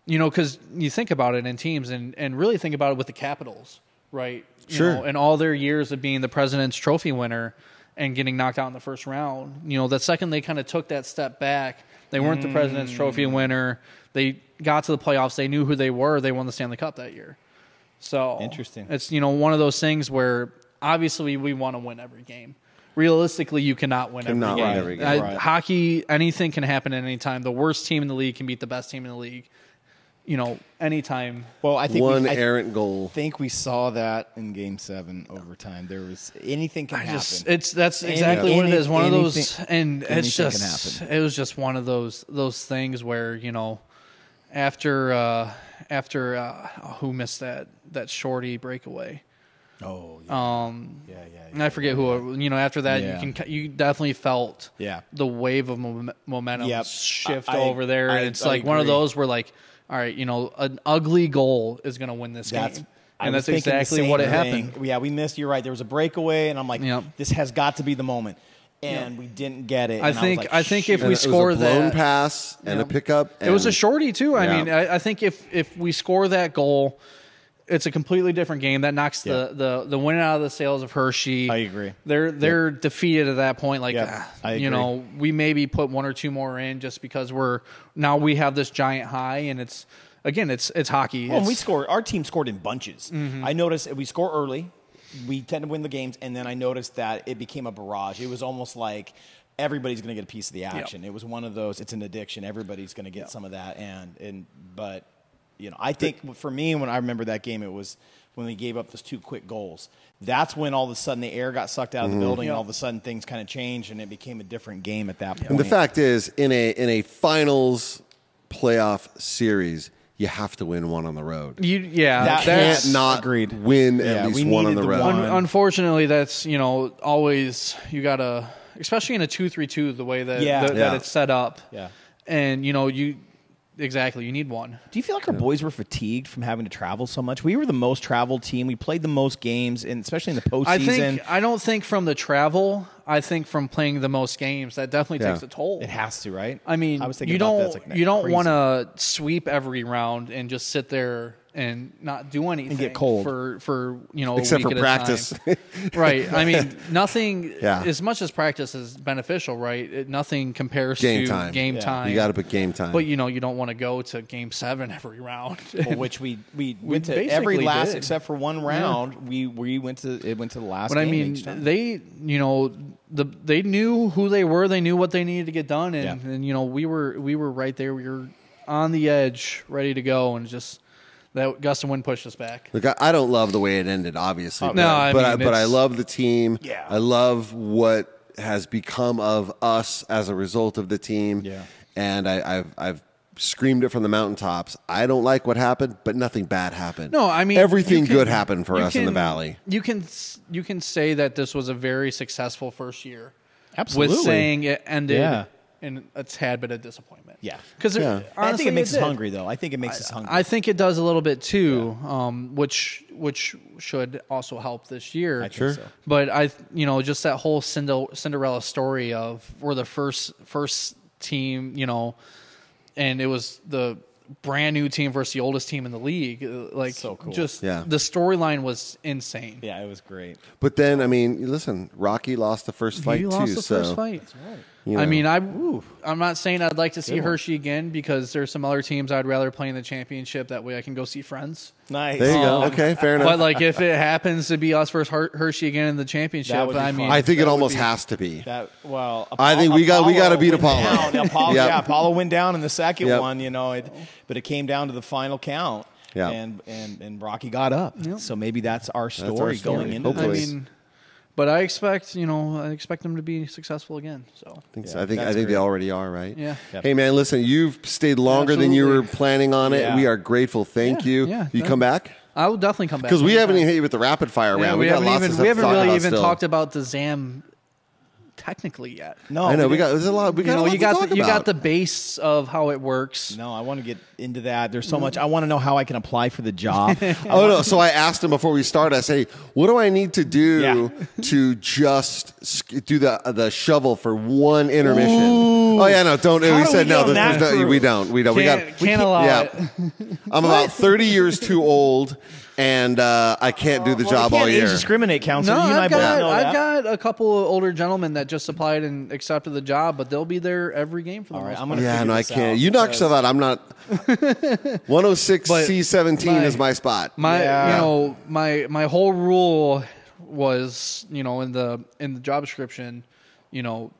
D: You know, because you think about it in teams, and and really think about it with the Capitals, right? You
A: Sure.
D: know, and all their years of being the President's Trophy winner and getting knocked out in the first round. You know, the second they kind of took that step back, they weren't the President's Trophy winner. They got to the playoffs. They knew who they were. They won the Stanley Cup that year. So
C: Interesting.
D: It's you know one of those things where obviously we want to win every game. Realistically, you cannot win
A: Cannot win
D: every game.
A: every game.
D: I-
C: Right.
D: Hockey, anything can happen at any time. The worst team in the league can beat the best team in the league. You know, anytime.
C: you. Well, I think
A: One
C: we, I
A: errant goal.
C: think we saw that in Game Seven overtime. There was anything can
D: I
C: happen.
D: just it's that's
C: Any-
D: exactly what it
C: any-
D: is. One of those,
C: anything-
D: and it's
C: anything can
D: just
C: happen.
D: it was just one of those those things where you know after uh after uh who missed that that shorty breakaway.
C: oh yeah. Um, yeah, yeah, yeah.
D: And I forget who you know. After that,
C: Yeah.
D: you can you definitely felt
C: Yeah.
D: the wave of mom- momentum
C: Yep.
D: shift
C: I- I-
D: over there,
C: I-
D: and it's
C: I
D: like one of
C: agree.
D: those where like, all right, you know, an ugly goal is going to win this
C: That's
D: game,
C: I
D: and
C: was
D: that's
C: thinking the
D: exactly
C: same
D: what it
C: thing.
D: happened.
C: Yeah, we missed. You're right. There was a breakaway, and I'm like,
D: Yep.
C: this has got to be the moment, and we didn't get it.
D: I
C: and was
D: think
C: like,
D: I think if
A: And
C: shoot.
D: we
A: it was a
D: score
A: blown
D: that,
A: pass and a pickup.
D: It was a
A: and-
D: shorty too. I
A: Yeah.
D: mean, I, I think if if we score that goal, it's a completely different game. That knocks
C: Yeah.
D: the the the win out of the sails of Hershey.
C: I agree.
D: They're they're defeated at that point. Like,
C: Yep,
D: ah,
C: I
D: you
C: agree.
D: know, we maybe put one or two more in just because we're now we have this giant high and it's again, it's it's hockey.
C: Well, and we
D: It's-
C: scored. Our team scored in bunches.
A: Mm-hmm.
C: I noticed that we score early. We tend to win the games, and then I noticed that it became a barrage. It was almost like everybody's going to get a piece of the action. It was one of those. It's an addiction. Everybody's going to get some of that. And and but you know, I think for me, when I remember that game, it was when we gave up those two quick goals. That's when all of a sudden the air got sucked out of the
A: Mm-hmm.
C: building. And all of a sudden things kind of changed, and it became a different game at that point.
A: And the fact is, in a in a finals playoff series, you have to win one on the road.
D: you, yeah,
C: That
D: that's-
A: Can't not
C: agreed.
A: win
C: Yeah,
A: at least
C: we
A: one on
C: needed
A: the
C: the
A: road.
C: one.
D: Un- unfortunately, that's you know always you gotta, especially in a two-three-two, the way that
C: Yeah.
D: that,
A: Yeah.
D: that it's set up.
C: Yeah.
D: and you know you exactly you need one.
C: Do you feel like our boys were fatigued from having to travel so much? We were the most traveled team. We played the most games, and especially in the postseason.
D: I think I don't think from the travel. I think from playing the most games that definitely
A: Yeah.
D: takes a toll.
C: it has to, right?
D: I mean,
C: I was thinking
D: you
C: about
D: don't
C: that. It's like,
D: you don't
C: crazy.
D: want to sweep every round and just sit there and not do anything
C: cold.
D: for for you know a
A: Except
D: week
A: for
D: at a time.
A: practice.
D: right? I mean, nothing.
A: Yeah.
D: As much as practice is beneficial, right? It, nothing compares
A: Game
D: to
A: time.
D: game
A: Yeah.
D: time.
A: You got to put game time.
D: but you know you don't want to go to game seven every round.
C: Well, which we we went to every
D: basically
C: last
D: did.
C: except for one round. We we went to it went to the last.
D: But I
C: game
D: mean,
C: each time.
D: they you know the they knew who they were. They knew what they needed to get done, and,
C: Yeah.
D: and you know we were we were right there. We were on the edge, ready to go, and just that Gus and Wind pushed us back.
A: Look, I- I don't love the way it ended, obviously. but,
D: Oh, no, I
A: but,
D: mean,
A: but I
D: it's-
A: love the team.
C: Yeah.
A: I love what has become of us as a result of the team.
C: Yeah.
A: And I, I've, I've screamed it from the mountaintops. I don't like what happened, but nothing bad happened.
D: No, I mean
A: everything
D: you can-
A: good happened for
D: you
A: us in the
D: can-
A: valley.
D: You can s- you can say that this was a very successful first year.
C: Absolutely.
D: with saying it ended
C: Yeah.
D: in a tad bit of disappointment.
C: Yeah.
D: because
A: Yeah.
C: I think it makes us hungry, though. I think it makes us hungry.
D: I think it does a little bit too, um, which which should also help this year.
C: I think Sure. so.
D: But I, you know, just that whole Cinder- Cinderella story of we're the first first team, you know, and it was the brand new team versus the oldest team in the league. Uh, Like,
C: So cool.
D: just
A: Yeah.
D: the storyline was insane.
C: yeah, it was great.
A: But then, I mean, listen, Rocky lost the first fight
D: you
A: too.
D: lost the
A: so
D: first fight.
A: you
D: I
A: know.
D: mean, I I'm not saying I'd like to see Hershey again because there's some other teams I'd rather play in the championship. That way, I can go see friends.
C: Nice.
A: there you
D: Oh.
A: go. Okay, fair enough.
D: But like, if it happens to be us versus Her- Hershey again in the championship,
C: That would be
D: I
C: fun.
D: mean,
A: I think it almost has to be.
C: That well,
A: I think we got- we gotta beat
C: went
A: Apollo.
C: down. Apollo
A: Yep.
C: Yeah, Apollo went down in the second
A: Yep.
C: one, you know, it, but it came down to the final count.
A: Yeah.
C: And, and and Rocky got up. So maybe that's our story,
A: our story.
C: going into
D: I
A: Hopefully.
C: this.
D: mean, but I expect you know I expect them to be successful again. So
A: I think, so. I think, I
C: that's
A: think they
C: great.
A: already are, right?
D: Yeah.
C: Yep.
A: Hey, man, listen, you've stayed longer than you were
D: Absolutely.
A: planning on it.
C: Yeah.
A: We are grateful. Thank
D: Yeah,
A: you.
D: yeah,
A: you
D: that-
A: come back?
D: I will definitely come back
A: Because we haven't
D: anytime.
A: even hit you with the rapid fire
D: Yeah,
A: round.
D: we,
A: got
D: haven't
A: lots of
D: even
A: stuff
D: we
A: to
D: haven't
A: talk
D: really
A: about
D: even
A: still.
D: talked about the Zam technically yet.
C: no,
A: I know we
C: didn't-
A: got there's a lot. We got
D: you
A: a
D: know,
A: lot
D: you
A: to
D: got
A: talk
D: the, you
A: about.
D: got the base of how it works.
C: No, I want to get into that. There's so much. I want to know how I can apply for the job. I
A: Oh no! So I asked him before we started. I say, "What do I need to do
C: Yeah.
A: to just sk- do the the shovel for one intermission?" Oh yeah, no, don't.
C: How
A: we
C: do
A: said
C: we
A: no,
C: get on
A: there's-
C: that
A: there's no.
C: crew?
A: We don't. We don't.
D: Can't-
A: we got.
D: can't allow
A: yeah. I'm about 30 years too old, and uh, I can't do the job all
C: can't age
A: year.
C: discriminate, counselor.
D: No,
C: you and I
D: I've
C: both
D: got
C: know
D: I've
C: that.
D: got a couple of older gentlemen that just applied and accepted the job, but they'll be there every game for the
C: All right,
D: most
C: I'm
D: part.
C: gonna
A: Yeah,
C: figure
A: no, I
C: this
A: can't.
C: out
A: You knock
C: because-
A: stuff out. I'm not. 106
D: But
A: C17
D: my-
A: is my spot.
D: My
C: Yeah.
D: you know my my whole rule was you know in the in the job description, you know,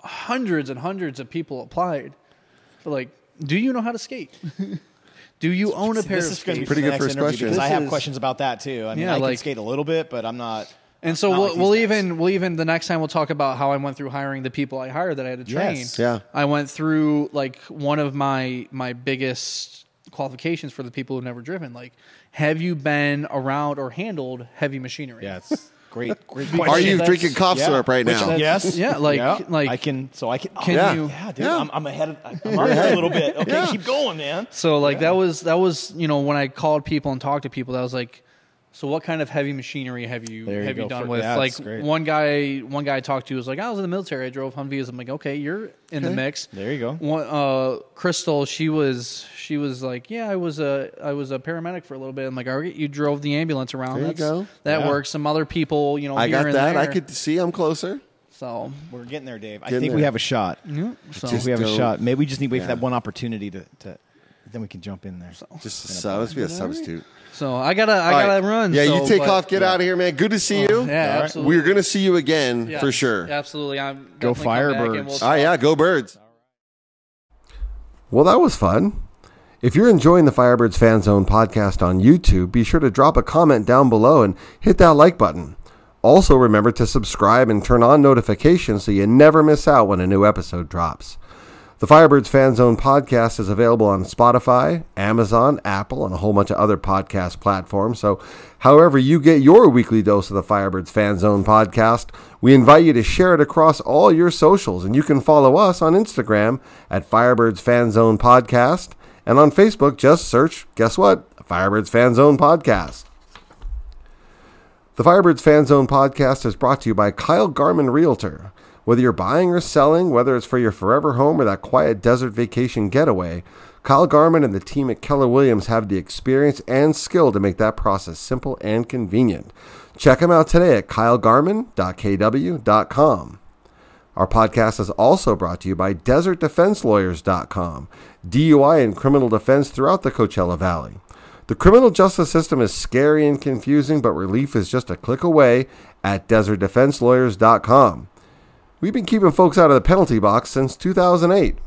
D: hundreds and hundreds of people applied, but like, do you know how to skate? do you own a pair
C: This
D: of
C: is going to be
A: Pretty
D: skates?
C: pretty
A: good
C: good
A: first
C: first question.
A: question.
C: Because I
D: This
C: have
D: is-
C: questions about that too. I mean,
D: Yeah,
C: I can
D: like-
C: skate a little bit, but I'm not.
D: And so
C: not
D: we'll,
C: like these
D: we'll
C: guys.
D: even we'll even the next time we'll talk about how I went through hiring the people I hired that I had to train.
C: Yes.
A: Yeah.
D: I went through like one of my my biggest qualifications for the people who've never driven. Like, have you been around or handled heavy machinery?
C: Yeah, it's great. Great question.
A: Are you drinking cough
C: Yeah.
A: syrup right
C: Which-
A: now?
C: Yes.
D: Yeah, like-
C: Yeah.
D: like-
C: I can. So I can. oh,
D: Can
A: Yeah.
D: you?
C: Yeah, dude.
A: Yeah.
C: I'm, I'm ahead. Of, I'm on it a little bit. Okay,
A: Yeah.
C: keep going, man.
D: So like that was that was you know when I called people and talked to people that was like, so what kind of heavy machinery have you
C: There you
D: have you,
C: go.
D: done
C: For-
D: with?
C: yeah,
D: like
C: that's great.
D: one guy one guy I talked to was like I was in the military I drove Humvees I'm like okay you're in the mix
C: There you go.
D: One, uh, Crystal she was she was like yeah I was a I was a paramedic for a little bit I'm like all right you drove the ambulance around
A: There you
D: That's-
A: go.
D: that
C: Yeah.
D: works some other people you know
A: I
D: here
A: got
D: and
A: that. I
D: there.
A: could see. I'm closer.
D: so
C: We're getting there, Dave. I
A: Getting
C: think we
A: there.
C: have a shot.
D: yeah, so
A: Just
C: we have
A: don't-
C: a shot. Maybe we just need to wait
A: Yeah.
C: for that one opportunity to. to Then we can jump in there.
A: Just a sub. Let's be a substitute.
D: So I gotta, I
A: All right.
D: gotta run.
A: Yeah,
D: so,
A: you take
D: but- Oh,
A: off. Get out of here, man. Good to see you.
D: Yeah, absolutely.
A: We're gonna see you again
D: Yeah,
A: for sure.
D: Absolutely. I'm
C: Go
D: definitely come back and
C: Firebirds.
D: we'll
A: Ah,
D: talk.
A: yeah, go birds. Well, that was fun. If you're enjoying the Firebirds Fan Zone podcast on YouTube, be sure to drop a comment down below and hit that like button. Also, remember to subscribe and turn on notifications so you never miss out when a new episode drops. The Firebirds Fan Zone podcast is available on Spotify, Amazon, Apple, and a whole bunch of other podcast platforms. So, however, you get your weekly dose of the Firebirds Fan Zone podcast, we invite you to share it across all your socials. And you can follow us on Instagram at Firebirds Fan Zone Podcast. And on Facebook, just search, guess what? Firebirds Fan Zone Podcast. The Firebirds Fan Zone podcast is brought to you by Kyle Garman Realtor. Whether you're buying or selling, whether it's for your forever home or that quiet desert vacation getaway, Kyle Garman and the team at Keller Williams have the experience and skill to make that process simple and convenient. Check them out today at kylegarman.kw.com. Our podcast is also brought to you by DesertDefenseLawyers.com, DUI and criminal defense throughout the Coachella Valley. The criminal justice system is scary and confusing, but relief is just a click away at DesertDefenseLawyers.com. We've been keeping folks out of the penalty box since 2008.